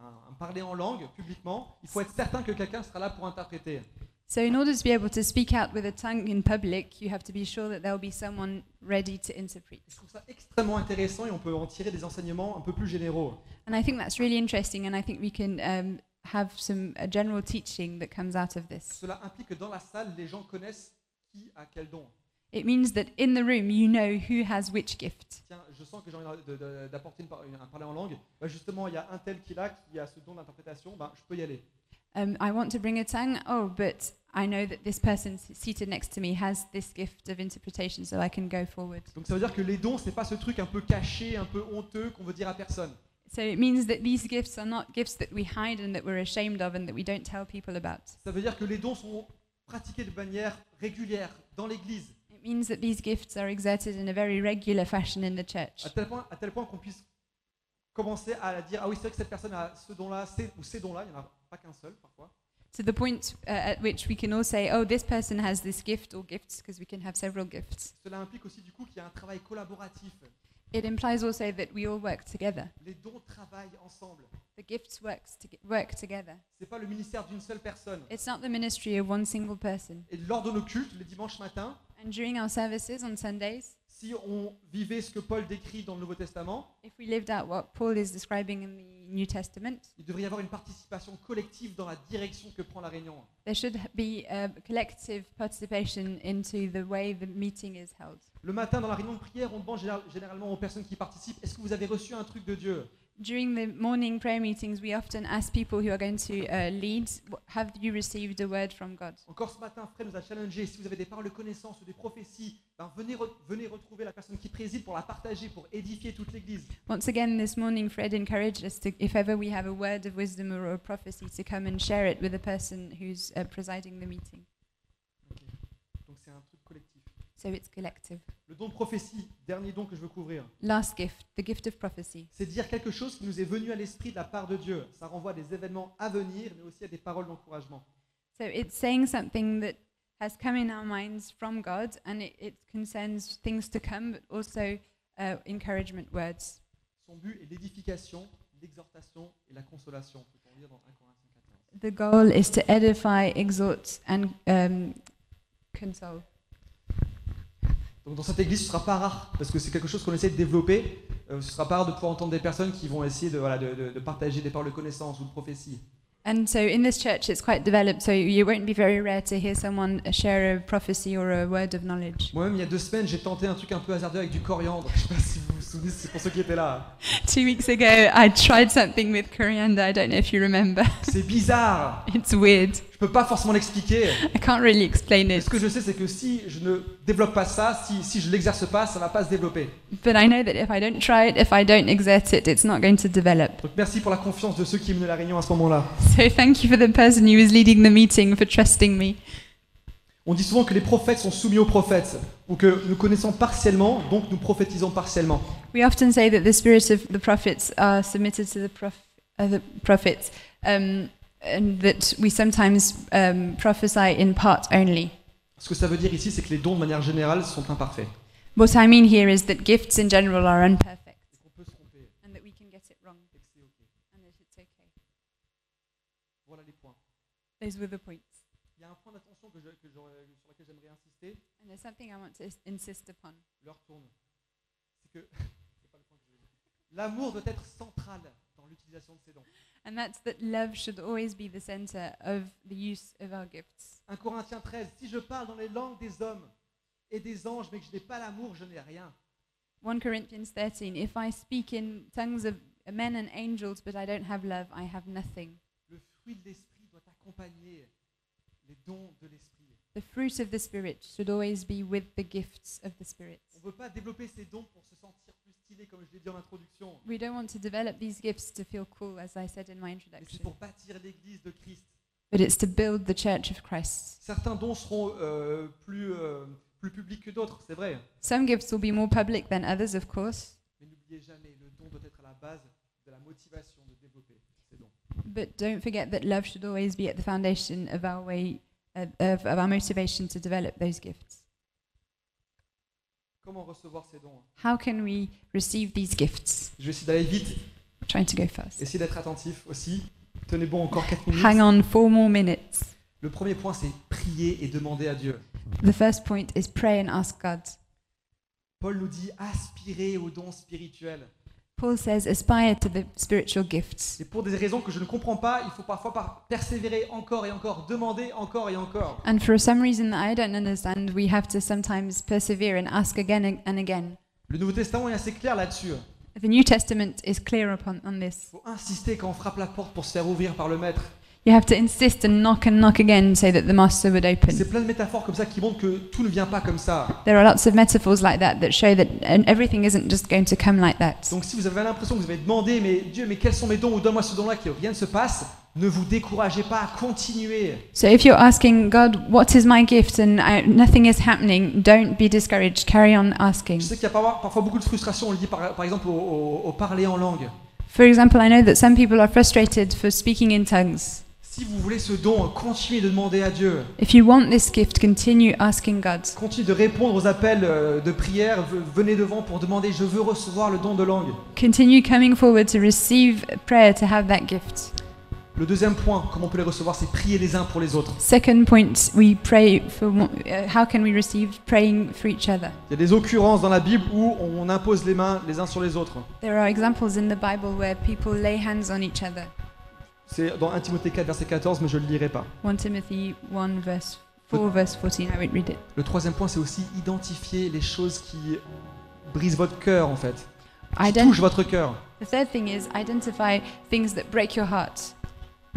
Speaker 3: un, un parler en langue publiquement, il faut être certain que quelqu'un sera là pour interpréter.
Speaker 2: So, in order to be able to speak out with a tongue in public, you have to be sure that there will be someone ready to interpret.
Speaker 3: Je trouve ça extrêmement intéressant et on peut en tirer des enseignements un peu plus généraux.
Speaker 2: And I think that's really interesting, and I think we can um, have some uh, general teaching that comes out of this.
Speaker 3: Cela implique que dans la salle, les gens connaissent qui a quel don.
Speaker 2: It means that in the room, you know who has which gift.
Speaker 3: Tiens, je sens que j'ai envie de- de- d'apporter une par- une- un parler en langue. Bah, justement, il y a un tel qui l'a, qui a ce don d'interprétation, bah, je peux y aller.
Speaker 2: um, I want to bring a tongue. Oh, but I know that this person s- seated next to me has this gift of interpretation, so I can go forward.
Speaker 3: Donc ça veut dire que les dons, c'est pas ce truc un peu caché, un peu honteux qu'on veut dire à personne.
Speaker 2: So it means that these gifts are not gifts that we hide and that we're ashamed of and that we don't tell people about.
Speaker 3: Ça veut dire que les dons sont pratiqués de manière régulière dans l'Église,
Speaker 2: It means that these gifts are exerted in a very regular fashion in the church,
Speaker 3: à tel point, à tel point qu'on puisse commencer à dire ah oui c'est vrai que cette personne a ce don-là, c'est- ou ces dons-là, il n'y en a pas qu'un seul parfois.
Speaker 2: to the point uh, at which we can all say, oh, this person has this gift or gifts, because we can have several gifts.
Speaker 3: Cela implique aussi du coup qu'il y a un travail collaboratif.
Speaker 2: It implies also that we all work together.
Speaker 3: Les dons travaillent ensemble.
Speaker 2: The gifts works to work together.
Speaker 3: C'est pas le ministère d'une seule personne.
Speaker 2: It's not the ministry of one single person.
Speaker 3: Et lors de nos cultes, le dimanche matin,
Speaker 2: And during our services on Sundays,
Speaker 3: si on vivait ce que Paul décrit dans le Nouveau Testament,
Speaker 2: if we lived out what Paul is describing in the New Testament,
Speaker 3: il devrait y avoir une participation collective dans la direction que prend la réunion.
Speaker 2: there should be a collective participation into the way the meeting is held.
Speaker 3: Le matin, dans la réunion de prière, on demande général- généralement aux personnes qui participent Est-ce que vous avez reçu un truc de Dieu
Speaker 2: During the morning prayer meetings, we often ask people who are going to uh, lead, "Wh- Have you received a word from God?
Speaker 3: Encore ce matin, Fred nous a challengé si vous avez des paroles de connaissance ou des prophéties, ben, venez, re- venez retrouver la personne qui préside pour la partager, pour édifier toute l'église.
Speaker 2: Once again, this morning, Fred encouraged us to, if ever we have a word of wisdom or a prophecy, to come and share it with the person who's uh, presiding the meeting.
Speaker 3: Donc c'est un truc collectif.
Speaker 2: So it's collective.
Speaker 3: Le don de prophétie, dernier don que je veux couvrir,
Speaker 2: Last gift, the gift of prophecy.
Speaker 3: c'est dire quelque chose qui nous est venu à l'esprit de la part de Dieu. Ça renvoie à des événements à venir, mais aussi à des paroles d'encouragement.
Speaker 2: So it's saying something that has come in our minds from God, and it, it concerns things to come, but also uh, encouragement words.
Speaker 3: Son but est l'édification, l'exhortation et la consolation. Peut-on lire dans 1 Corinthiens 14.
Speaker 2: The goal is to edify, exhort, and um, console.
Speaker 3: Donc dans cette église, ce sera pas rare, parce que c'est quelque chose qu'on essaie de développer. Euh, ce sera pas rare de pouvoir entendre des personnes qui vont essayer de, voilà, de, de- de partager des paroles de connaissance ou de prophétie.
Speaker 2: And so in this church, it's quite developed, so you won't be very rare to hear someone uh, share a prophecy or a word of knowledge.
Speaker 3: Moi-même, il y a deux semaines, j'ai tenté un truc un peu hasardeux avec du coriandre. Je sais pas si vous vous souvenez, c'est pour ceux qui étaient là.
Speaker 2: Two weeks ago, I tried something with coriander. I don't know if you remember.
Speaker 3: C'est bizarre
Speaker 2: it's weird.
Speaker 3: Je peux pas forcément l'expliquer.
Speaker 2: I can't really explain
Speaker 3: Mais
Speaker 2: it.
Speaker 3: ce que je sais, c'est que si je ne développe pas ça, si, si je l'exerce pas, ça va pas se développer.
Speaker 2: But I know that if I don't try it, if I don't exert it, it's not going to develop.
Speaker 3: Donc merci pour la confiance de ceux qui menaient la réunion à ce moment-là.
Speaker 2: So thank you for the person who was leading the meeting for trusting me.
Speaker 3: On dit souvent que les prophètes sont soumis aux prophètes, ou que nous connaissons partiellement, donc nous prophétisons partiellement.
Speaker 2: We often say that the spirits of the prophets are submitted to the, prof- uh, the prophets, um, and that we sometimes um, prophesy in part only.
Speaker 3: Ce que ça veut dire ici, c'est que les dons, de manière générale, sont imparfaits.
Speaker 2: What I mean here is that gifts in general are imperfect,
Speaker 3: Et qu'on peut se tromper,
Speaker 2: and that we can get it wrong,
Speaker 3: et que c'est OK.
Speaker 2: and that it's okay.
Speaker 3: Voilà les points.
Speaker 2: Those were the points.
Speaker 3: Il y a un point d'attention que je- que j'aurais- sur lequel j'aimerais insister.
Speaker 2: And there's something I want to insist upon.
Speaker 3: L'heure tourne. C'est que... c'est pas le point que je voulais dire. L'amour doit être central dans l'utilisation de ces dons.
Speaker 2: And that's that love should always be the center of the use of our gifts.
Speaker 3: 1 Corinthiens 13, si je parle dans les langues des hommes et des anges, mais que je n'ai pas l'amour, je n'ai rien.
Speaker 2: 1 Corinthians 13 If I speak in tongues of men and angels, but I don't have love, I have nothing.
Speaker 3: Le fruit de l'esprit doit accompagner les dons de l'esprit.
Speaker 2: The fruit of the Spirit should always be with the gifts of the Spirit.
Speaker 3: On ne veut pas développer ces dons pour se sentir plus stylé, comme je l'ai dit en introduction,
Speaker 2: We don't want to develop these gifts to feel cool, as I said in my
Speaker 3: mais c'est
Speaker 2: introduction,
Speaker 3: pour bâtir l'église de Christ.
Speaker 2: but it's to build the church of Christ.
Speaker 3: Certains dons seront euh, plus, euh, plus publics que d'autres, c'est vrai.
Speaker 2: Some gifts will be more public than others, of course,
Speaker 3: Mais n'oubliez jamais, le don doit être à la base de la motivation de développer ces dons.
Speaker 2: but don't forget that love should always be at the foundation of our way of, of our motivation to develop those gifts.
Speaker 3: Comment recevoir ces dons hein
Speaker 2: How can we receive these gifts?
Speaker 3: Je vais essayer d'aller vite,
Speaker 2: I'm trying to go fast.
Speaker 3: essayer d'être attentif aussi. Tenez bon encore 4 minutes.
Speaker 2: Hang on, four more minutes.
Speaker 3: Le premier point, c'est prier et demander à Dieu.
Speaker 2: The first point is pray and ask God.
Speaker 3: Paul nous dit aspirer aux dons spirituels.
Speaker 2: Paul says, aspire to the spiritual gifts.
Speaker 3: C'est pour des raisons que je ne comprends pas, il faut parfois par- persévérer encore et encore, demander encore et encore.
Speaker 2: And for some reason that I don't understand, we have to sometimes persevere and ask again and- and again.
Speaker 3: Le Nouveau Testament est assez clair là-dessus.
Speaker 2: The New Testament is clear upon on
Speaker 3: Il
Speaker 2: this.
Speaker 3: faut insister quand on frappe la porte pour se faire ouvrir par le maître.
Speaker 2: You have to insist and knock and knock again so that the master would open.
Speaker 3: C'est plein de métaphores comme ça qui montrent que tout ne vient pas comme ça.
Speaker 2: There are lots of metaphors like that that show that and everything isn't just going to come like that.
Speaker 3: Donc si vous avez l'impression que vous avez demandé, mais Dieu, mais quels sont mes dons ou donne-moi ce don-là, que rien ne se passe, ne vous découragez pas, continuez.
Speaker 2: So if you're asking God, what is my gift, and I, nothing is happening, don't be discouraged. Carry on asking.
Speaker 3: Je sais qu'il y a parfois parfois beaucoup de frustration, on le dit par, par exemple au, au- au parler en langue.
Speaker 2: For example, I know that some people are frustrated for speaking in tongues.
Speaker 3: Si vous voulez ce don, continuez de demander à Dieu.
Speaker 2: If you want this gift, continue asking God.
Speaker 3: Continuez de répondre aux appels euh, de prière, v- venez devant pour demander je veux recevoir le don de langue.
Speaker 2: Continue coming forward to receive prayer to have that gift.
Speaker 3: Le deuxième point, comment on peut les recevoir, c'est prier les uns pour les autres.
Speaker 2: Second point, we pray for one- uh, how can we receive praying for each other?
Speaker 3: Il y a des occurrences dans la Bible où on impose les mains les uns sur les autres.
Speaker 2: There are examples in the Bible where people lay hands on each other.
Speaker 3: C'est dans 1 Timothée 4, verset 14, mais je ne le lirai pas.
Speaker 2: 1 Timothy 1 verse 4 verse 14. I won't read it.
Speaker 3: Le troisième point, c'est aussi identifier les choses qui brisent votre cœur, en fait, qui
Speaker 2: Ident-
Speaker 3: touchent votre cœur.
Speaker 2: the third thing is identify things that break your heart.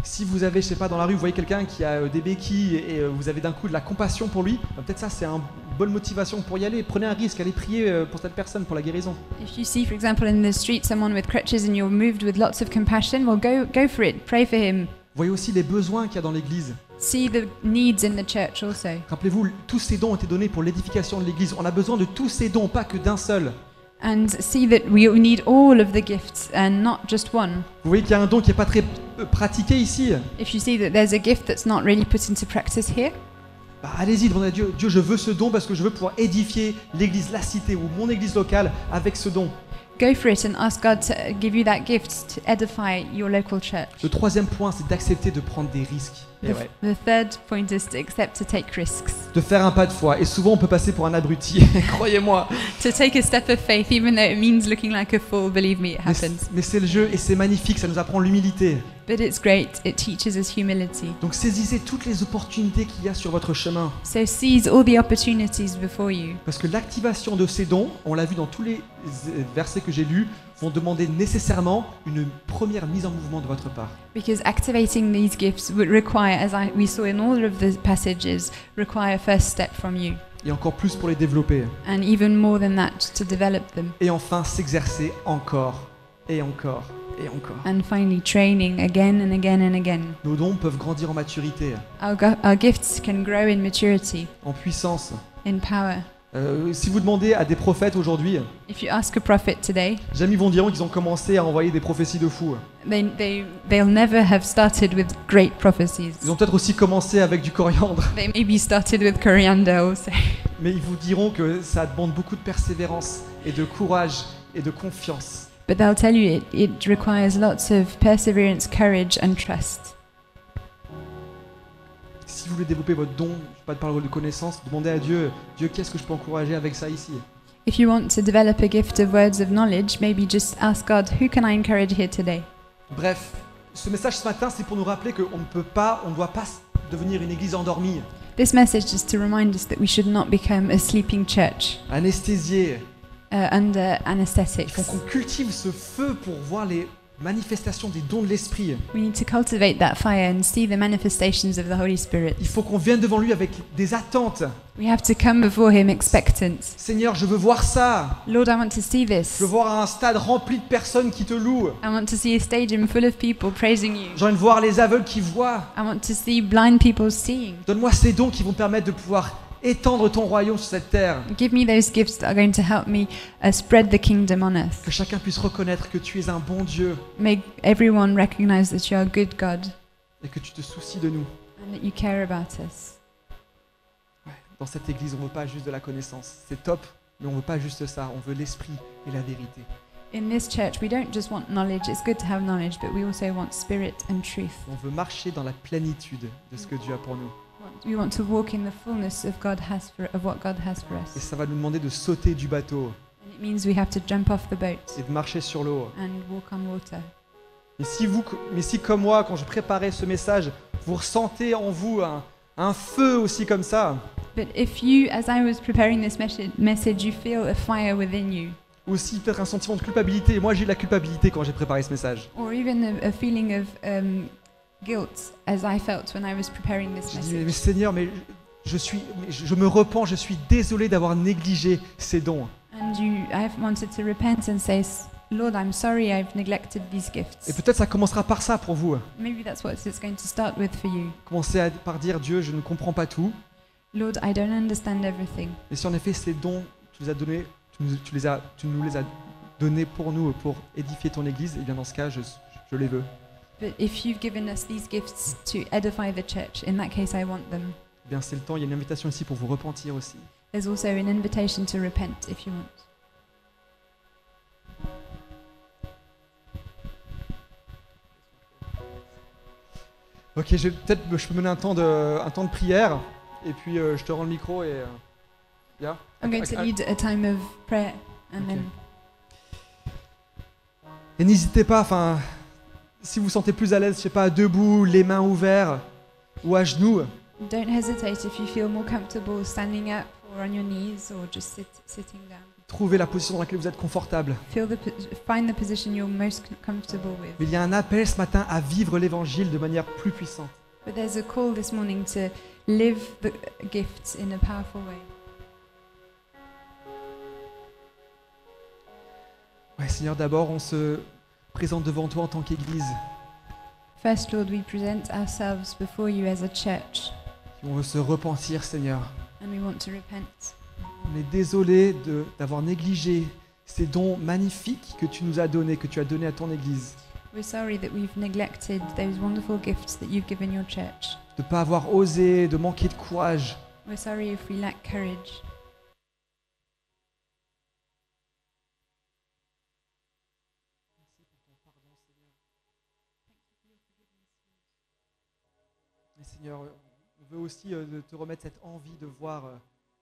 Speaker 3: Si vous avez, je sais pas, dans la rue, vous voyez quelqu'un qui a euh, des béquilles et euh, vous avez d'un coup de la compassion pour lui, ben, peut-être ça, c'est une bonne motivation pour y aller. Prenez un risque, allez prier euh, pour cette personne, pour la guérison.
Speaker 2: If you see, for example, in the street someone with crutches and you're moved with lots of compassion, well, go go for it. Pray for him.
Speaker 3: Voyez aussi les besoins qu'il y a dans l'Église.
Speaker 2: See the needs in the church also.
Speaker 3: Rappelez-vous, tous ces dons ont été donnés pour l'édification de l'Église. On a besoin de tous ces dons, pas que d'un seul.
Speaker 2: and see that we need all of the gifts and not just one.
Speaker 3: Vous voyez qu'il y a un don qui n'est pas très euh, pratiqué ici.
Speaker 2: If you see that there's a gift that's not really put into practice here,
Speaker 3: Bah, Allez-y, demandez à Dieu, Dieu, je veux ce don parce que je veux pouvoir édifier l'église, la cité ou mon église locale avec ce don.
Speaker 2: go for it and ask God to give you that gift to edify your local church.
Speaker 3: Le troisième point, c'est d'accepter de prendre des risques.
Speaker 2: The, f- the third point is to accept to take risks,
Speaker 3: De faire un pas de foi. Et souvent, on peut passer pour un abruti, croyez-moi.
Speaker 2: to take a step of faith, even though it means looking like a fool. Believe me, it
Speaker 3: Mais c-
Speaker 2: happens.
Speaker 3: Mais c'est le jeu et c'est magnifique, ça nous apprend l'humilité.
Speaker 2: But it's great. It teaches us humility.
Speaker 3: Donc saisissez toutes les opportunités qu'il y a sur votre chemin.
Speaker 2: So seize all the opportunities before you,
Speaker 3: Parce que l'activation de ces dons, on l'a vu dans tous les euh, versets que j'ai lus, vont demander nécessairement une première mise en mouvement de votre part.
Speaker 2: because activating these gifts would require, as I, we saw in all of the passages, require a first step from you.
Speaker 3: Et encore plus pour les développer.
Speaker 2: and even more than that to develop them
Speaker 3: Et enfin, s'exercer encore et encore et encore.
Speaker 2: and finally training again and again and again
Speaker 3: Nos dons peuvent grandir en maturité,
Speaker 2: our, go- our gifts can grow in maturity
Speaker 3: en puissance.
Speaker 2: in power
Speaker 3: Euh, si vous demandez à des prophètes aujourd'hui,
Speaker 2: if you ask a prophet today
Speaker 3: jamais ils vont dire qu'ils ont commencé à envoyer des prophéties de fous.
Speaker 2: they, they, they'll never have started with great prophecies
Speaker 3: Ils ont peut-être aussi commencé avec du coriandre,
Speaker 2: they maybe started with coriander also
Speaker 3: mais ils vous diront que ça demande beaucoup de persévérance et de courage et de confiance.
Speaker 2: but they'll tell you it, it requires lots of perseverance courage and trust
Speaker 3: Si vous voulez développer votre don, je pas de parole de connaissance, demandez à Dieu, Dieu, qu'est-ce que je peux encourager avec ça ici
Speaker 2: if you want to develop a gift of words of knowledge maybe just ask god who can i encourage here today
Speaker 3: Bref, ce message ce matin, c'est pour nous rappeler qu'on ne peut pas, on ne doit pas devenir une église endormie,
Speaker 2: this message is to remind us that we should not become a sleeping church
Speaker 3: anesthésiée,
Speaker 2: uh, under
Speaker 3: Il faut
Speaker 2: anesthetics.
Speaker 3: qu'on cultive ce feu pour voir les manifestation des dons de l'esprit.
Speaker 2: We need to cultivate that fire and see the manifestations of the Holy Spirit.
Speaker 3: Il faut qu'on vienne devant lui avec des attentes.
Speaker 2: We have to come before Him expectant.
Speaker 3: Seigneur, je veux voir ça.
Speaker 2: Lord, I want to see this.
Speaker 3: Je veux voir un stade rempli de personnes qui te louent.
Speaker 2: I want to see a stadium full of people praising you.
Speaker 3: J'ai envie de voir les aveugles qui voient.
Speaker 2: I want to see blind people seeing.
Speaker 3: Donne-moi ces dons qui vont me permettre de pouvoir étendre ton royaume sur cette terre.
Speaker 2: Give me those gifts that are going to help me uh, spread the kingdom on earth.
Speaker 3: Que chacun puisse reconnaître que tu es un bon Dieu
Speaker 2: Make everyone recognize that you are a good God
Speaker 3: et que tu te soucies de nous.
Speaker 2: and that you care about us.
Speaker 3: Dans cette église, on ne veut pas juste de la connaissance. C'est top, mais on ne veut pas juste ça. On veut l'esprit et la vérité.
Speaker 2: In this church, we don't just want knowledge, it's good to have knowledge, but we also want spirit and truth.
Speaker 3: On veut marcher dans la plénitude de ce que Dieu a pour nous.
Speaker 2: We want to walk in the fullness of God has for, of what God has for
Speaker 3: Et
Speaker 2: us.
Speaker 3: ça va nous demander de sauter du bateau
Speaker 2: And it means we have to jump off the boat
Speaker 3: et de marcher sur l'eau.
Speaker 2: and walk on water.
Speaker 3: Mais si, vous, mais si comme moi, quand je préparais ce message, vous ressentez en vous un, un feu aussi comme ça,
Speaker 2: But if you, as I was preparing this message, message you feel a fire within you,
Speaker 3: aussi peut-être un sentiment de culpabilité, et moi j'ai eu de la culpabilité quand j'ai préparé ce message.
Speaker 2: or even a, a feeling of um, guilt, as I felt when I was preparing this
Speaker 3: J'ai dit, mais, mais
Speaker 2: message,
Speaker 3: Seigneur, mais je, je suis, mais je, je me repens, je suis désolé d'avoir négligé ces dons.
Speaker 2: and you, I have wanted to repent and say, "S- Lord, I'm sorry I've neglected these
Speaker 3: Et
Speaker 2: gifts.
Speaker 3: peut-être ça commencera par ça pour vous.
Speaker 2: Maybe that's what it's going to start with for you.
Speaker 3: Commencez à- par dire Dieu, je ne comprends pas tout.
Speaker 2: Lord, I don't understand everything.
Speaker 3: Mais si en effet ces dons, tu les as donnés, tu nous, tu les as, tu nous les as donnés pour nous, pour édifier ton Église, et bien dans ce cas, je, je les veux.
Speaker 2: But if you've given us these gifts to edify the church, in that case, I want them.
Speaker 3: Eh bien c'est le temps, il y a une invitation ici pour vous repentir aussi.
Speaker 2: There's also an invitation to repent if you want.
Speaker 3: Ok, je vais peut-être je peux mener un temps de, un temps de prière, et puis euh, je te rends le micro et... euh, bien.
Speaker 2: I'm going to
Speaker 3: Ah,
Speaker 2: lead a time of prayer and
Speaker 3: Okay.
Speaker 2: then.
Speaker 3: Et n'hésitez pas, enfin, si vous vous sentez plus à l'aise, je sais pas, debout, les mains ouvertes, ou à genoux,
Speaker 2: Don't hesitate if you feel more comfortable standing up or on your knees or just sit, sitting down.
Speaker 3: trouvez la position dans laquelle vous êtes confortable.
Speaker 2: Feel the, po- find the position you're most com- comfortable
Speaker 3: Mais
Speaker 2: with.
Speaker 3: il y a un appel ce matin à vivre l'évangile de manière plus puissante.
Speaker 2: But there's a call this morning to live the gifts in a powerful way.
Speaker 3: Ouais, Seigneur, d'abord, on se présente devant toi en tant qu'Église.
Speaker 2: First, Lord, we present ourselves before you as a church
Speaker 3: On veut se repentir, Seigneur.
Speaker 2: and we want to repent.
Speaker 3: On est désolé de- d'avoir négligé ces dons magnifiques que tu nous as donnés, que tu as donnés à ton Église.
Speaker 2: We're sorry that we've neglected those wonderful gifts that you've given your church.
Speaker 3: De ne pas avoir osé, de manquer de courage.
Speaker 2: We're sorry if we lack courage.
Speaker 3: Mais Seigneur, on veut aussi euh, de te remettre cette envie de voir euh,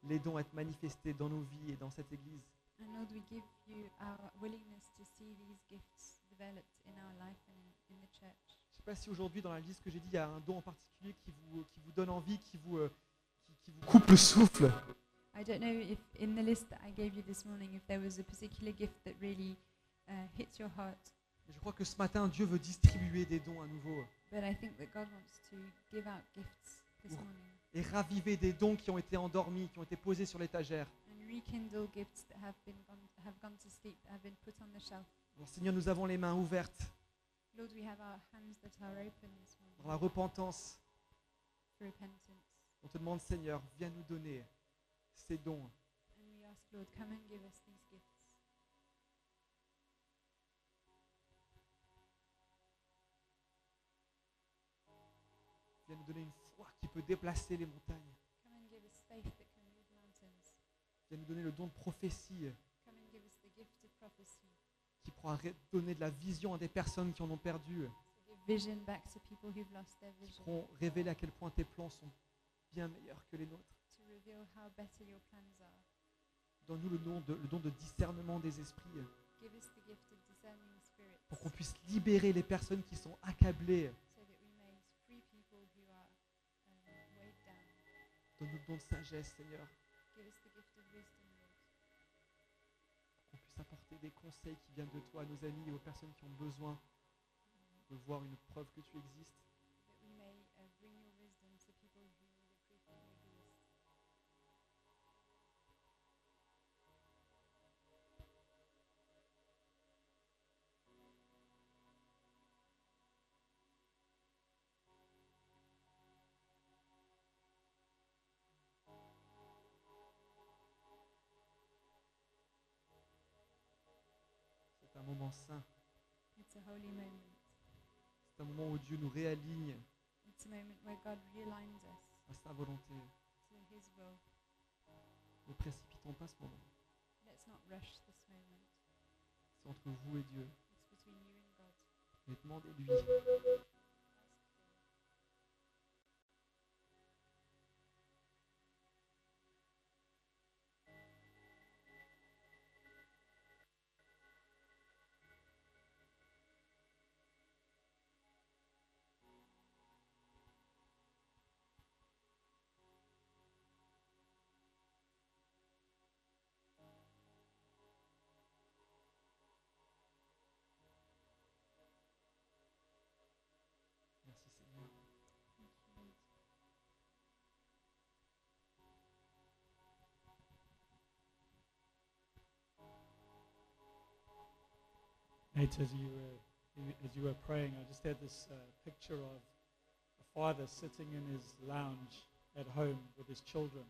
Speaker 3: les dons être manifestés dans nos vies et dans cette Église.
Speaker 2: And Lord, we give you our willingness to see these gifts developed in our life and in, in the church.
Speaker 3: Je ne sais pas si aujourd'hui, dans la liste que j'ai dit, il y a un don en particulier qui vous, qui vous donne envie, qui vous, euh, qui- qui vous coupe le souffle.
Speaker 2: I don't know if in the list that I gave you this morning, if there was a particular gift that really uh, hits your heart,
Speaker 3: Je crois que ce matin, Dieu veut distribuer des dons à nouveau.
Speaker 2: but I think that God wants to give out gifts this
Speaker 3: Ooh.
Speaker 2: morning
Speaker 3: et raviver des dons qui ont été endormis, qui ont été posés sur l'étagère.
Speaker 2: and rekindle gifts that have been gone, have gone to sleep, that have been put on the shelf.
Speaker 3: Alors, Seigneur, nous avons les mains ouvertes
Speaker 2: Lord, we have our hands that are open this
Speaker 3: dans la
Speaker 2: morning
Speaker 3: repentance.
Speaker 2: for repentance,
Speaker 3: On te demande, Seigneur, viens nous donner ces dons.
Speaker 2: and we ask, Lord, come and give us these gifts.
Speaker 3: Viens nous donner une foi qui peut déplacer les montagnes.
Speaker 2: Come and give us faith that can move mountains.
Speaker 3: Viens nous donner le don de prophétie
Speaker 2: Come and give us the gift of prophecy.
Speaker 3: qui pourra ré- donner de la vision à des personnes qui en ont perdu,
Speaker 2: To give vision back to people who've lost their
Speaker 3: qui
Speaker 2: vision.
Speaker 3: pourront révéler à quel point tes plans sont bien meilleurs que les nôtres.
Speaker 2: To reveal how better your plans are.
Speaker 3: Donne-nous le don, de, le don de discernement des esprits euh,
Speaker 2: Give us the gift of discerning spirits.
Speaker 3: pour qu'on puisse libérer les personnes qui sont accablées.
Speaker 2: So that we may free people who are um, weighed down.
Speaker 3: Donne-nous le don de sagesse, Seigneur.
Speaker 2: Give us the gift of wisdom, Lord.
Speaker 3: qu'on puisse apporter des conseils qui viennent de toi à nos amis et aux personnes qui ont besoin de voir une preuve que tu existes.
Speaker 2: that we may uh, bring your wisdom to people who need the proof that you exist.
Speaker 3: C'est un moment saint.
Speaker 2: It's a holy moment.
Speaker 3: C'est un moment où Dieu nous réaligne
Speaker 2: It's a moment where God realigns us
Speaker 3: à sa volonté.
Speaker 2: to His will.
Speaker 3: Ne précipitons pas ce moment.
Speaker 2: Let's not rush this moment.
Speaker 3: C'est entre vous et Dieu.
Speaker 2: It's between you and God.
Speaker 3: Mais demandez-lui.
Speaker 2: Ask Him.
Speaker 3: Merci Seigneur.
Speaker 2: Thank you, Lord.
Speaker 1: Nate, as you were as you were praying, I just had this uh, picture of a father sitting in his lounge at home with his children,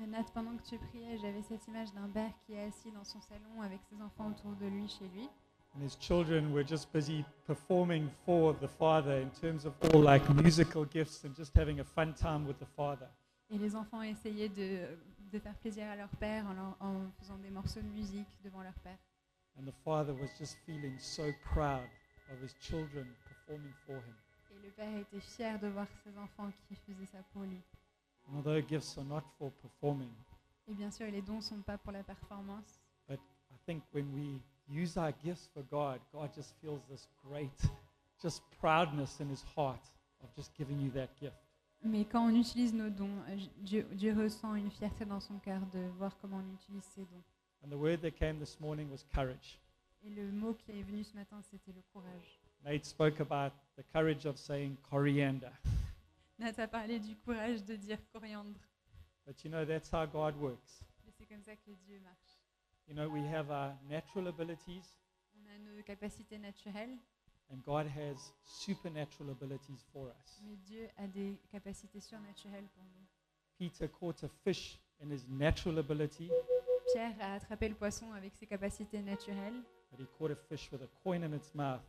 Speaker 2: Euh, Nat, pendant que tu priais, j'avais cette image d'un père qui est assis dans son salon avec ses enfants autour de lui chez lui.
Speaker 1: and his children were just busy performing for the father in terms of all like musical gifts and just having a fun time with the father.
Speaker 2: Et les enfants essayaient de, de faire plaisir à leur père en, leur- en faisant des morceaux de musique devant leur père.
Speaker 1: And the father was just feeling so proud of his children performing for him.
Speaker 2: Et le père était fier de voir ses enfants qui faisaient ça pour lui.
Speaker 1: And although gifts are not for performing,
Speaker 2: Et bien sûr, les dons sont pas pour la performance.
Speaker 1: I think when we use our gifts for God, God just feels this great, just proudness in his heart of just giving you that gift.
Speaker 2: Mais quand on utilise nos dons, euh, J- Dieu, Dieu ressent une fierté dans son cœur de voir comment on utilise ses dons.
Speaker 1: And the word that came this morning was courage.
Speaker 2: Et le mot qui est venu ce matin, c'était le courage.
Speaker 1: Nate spoke about the courage of saying coriander.
Speaker 2: Nat a parlé du courage de dire coriandre.
Speaker 1: But you know, that's how God works.
Speaker 2: Mais c'est comme ça que Dieu marche.
Speaker 1: You know, we have our natural abilities,
Speaker 2: On a nos capacités naturelles,
Speaker 1: and God has supernatural abilities for us.
Speaker 2: mais Dieu a des capacités surnaturelles pour nous.
Speaker 1: Peter caught a fish in his natural ability,
Speaker 2: Pierre a attrapé le poisson avec ses capacités naturelles,
Speaker 1: but he caught a fish with a coin in its mouth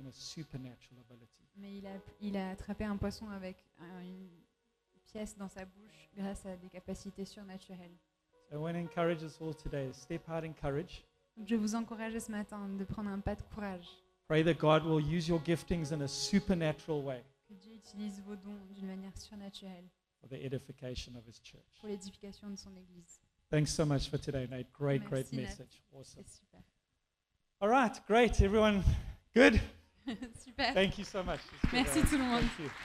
Speaker 1: in a supernatural ability.
Speaker 2: mais il a, il a attrapé un poisson avec un- une pièce dans sa bouche grâce à des capacités surnaturelles.
Speaker 1: So I want to encourage us all today step out in courage.
Speaker 2: Donc je vous encourage ce matin de prendre un pas de courage,
Speaker 1: Pray that God will use your giftings in a supernatural way
Speaker 2: que Dieu utilise vos dons d'une manière surnaturelle
Speaker 1: for the edification of His church.
Speaker 2: pour l'édification de son Église.
Speaker 1: Thanks so much for today, Nate. Great, great
Speaker 2: Merci, Nat.
Speaker 1: message. Awesome.
Speaker 2: C'est super.
Speaker 1: All right, great. Everyone, good.
Speaker 2: super.
Speaker 1: Thank you so much. It's good,
Speaker 2: Merci
Speaker 1: uh,
Speaker 2: tout le monde.
Speaker 1: Thank you.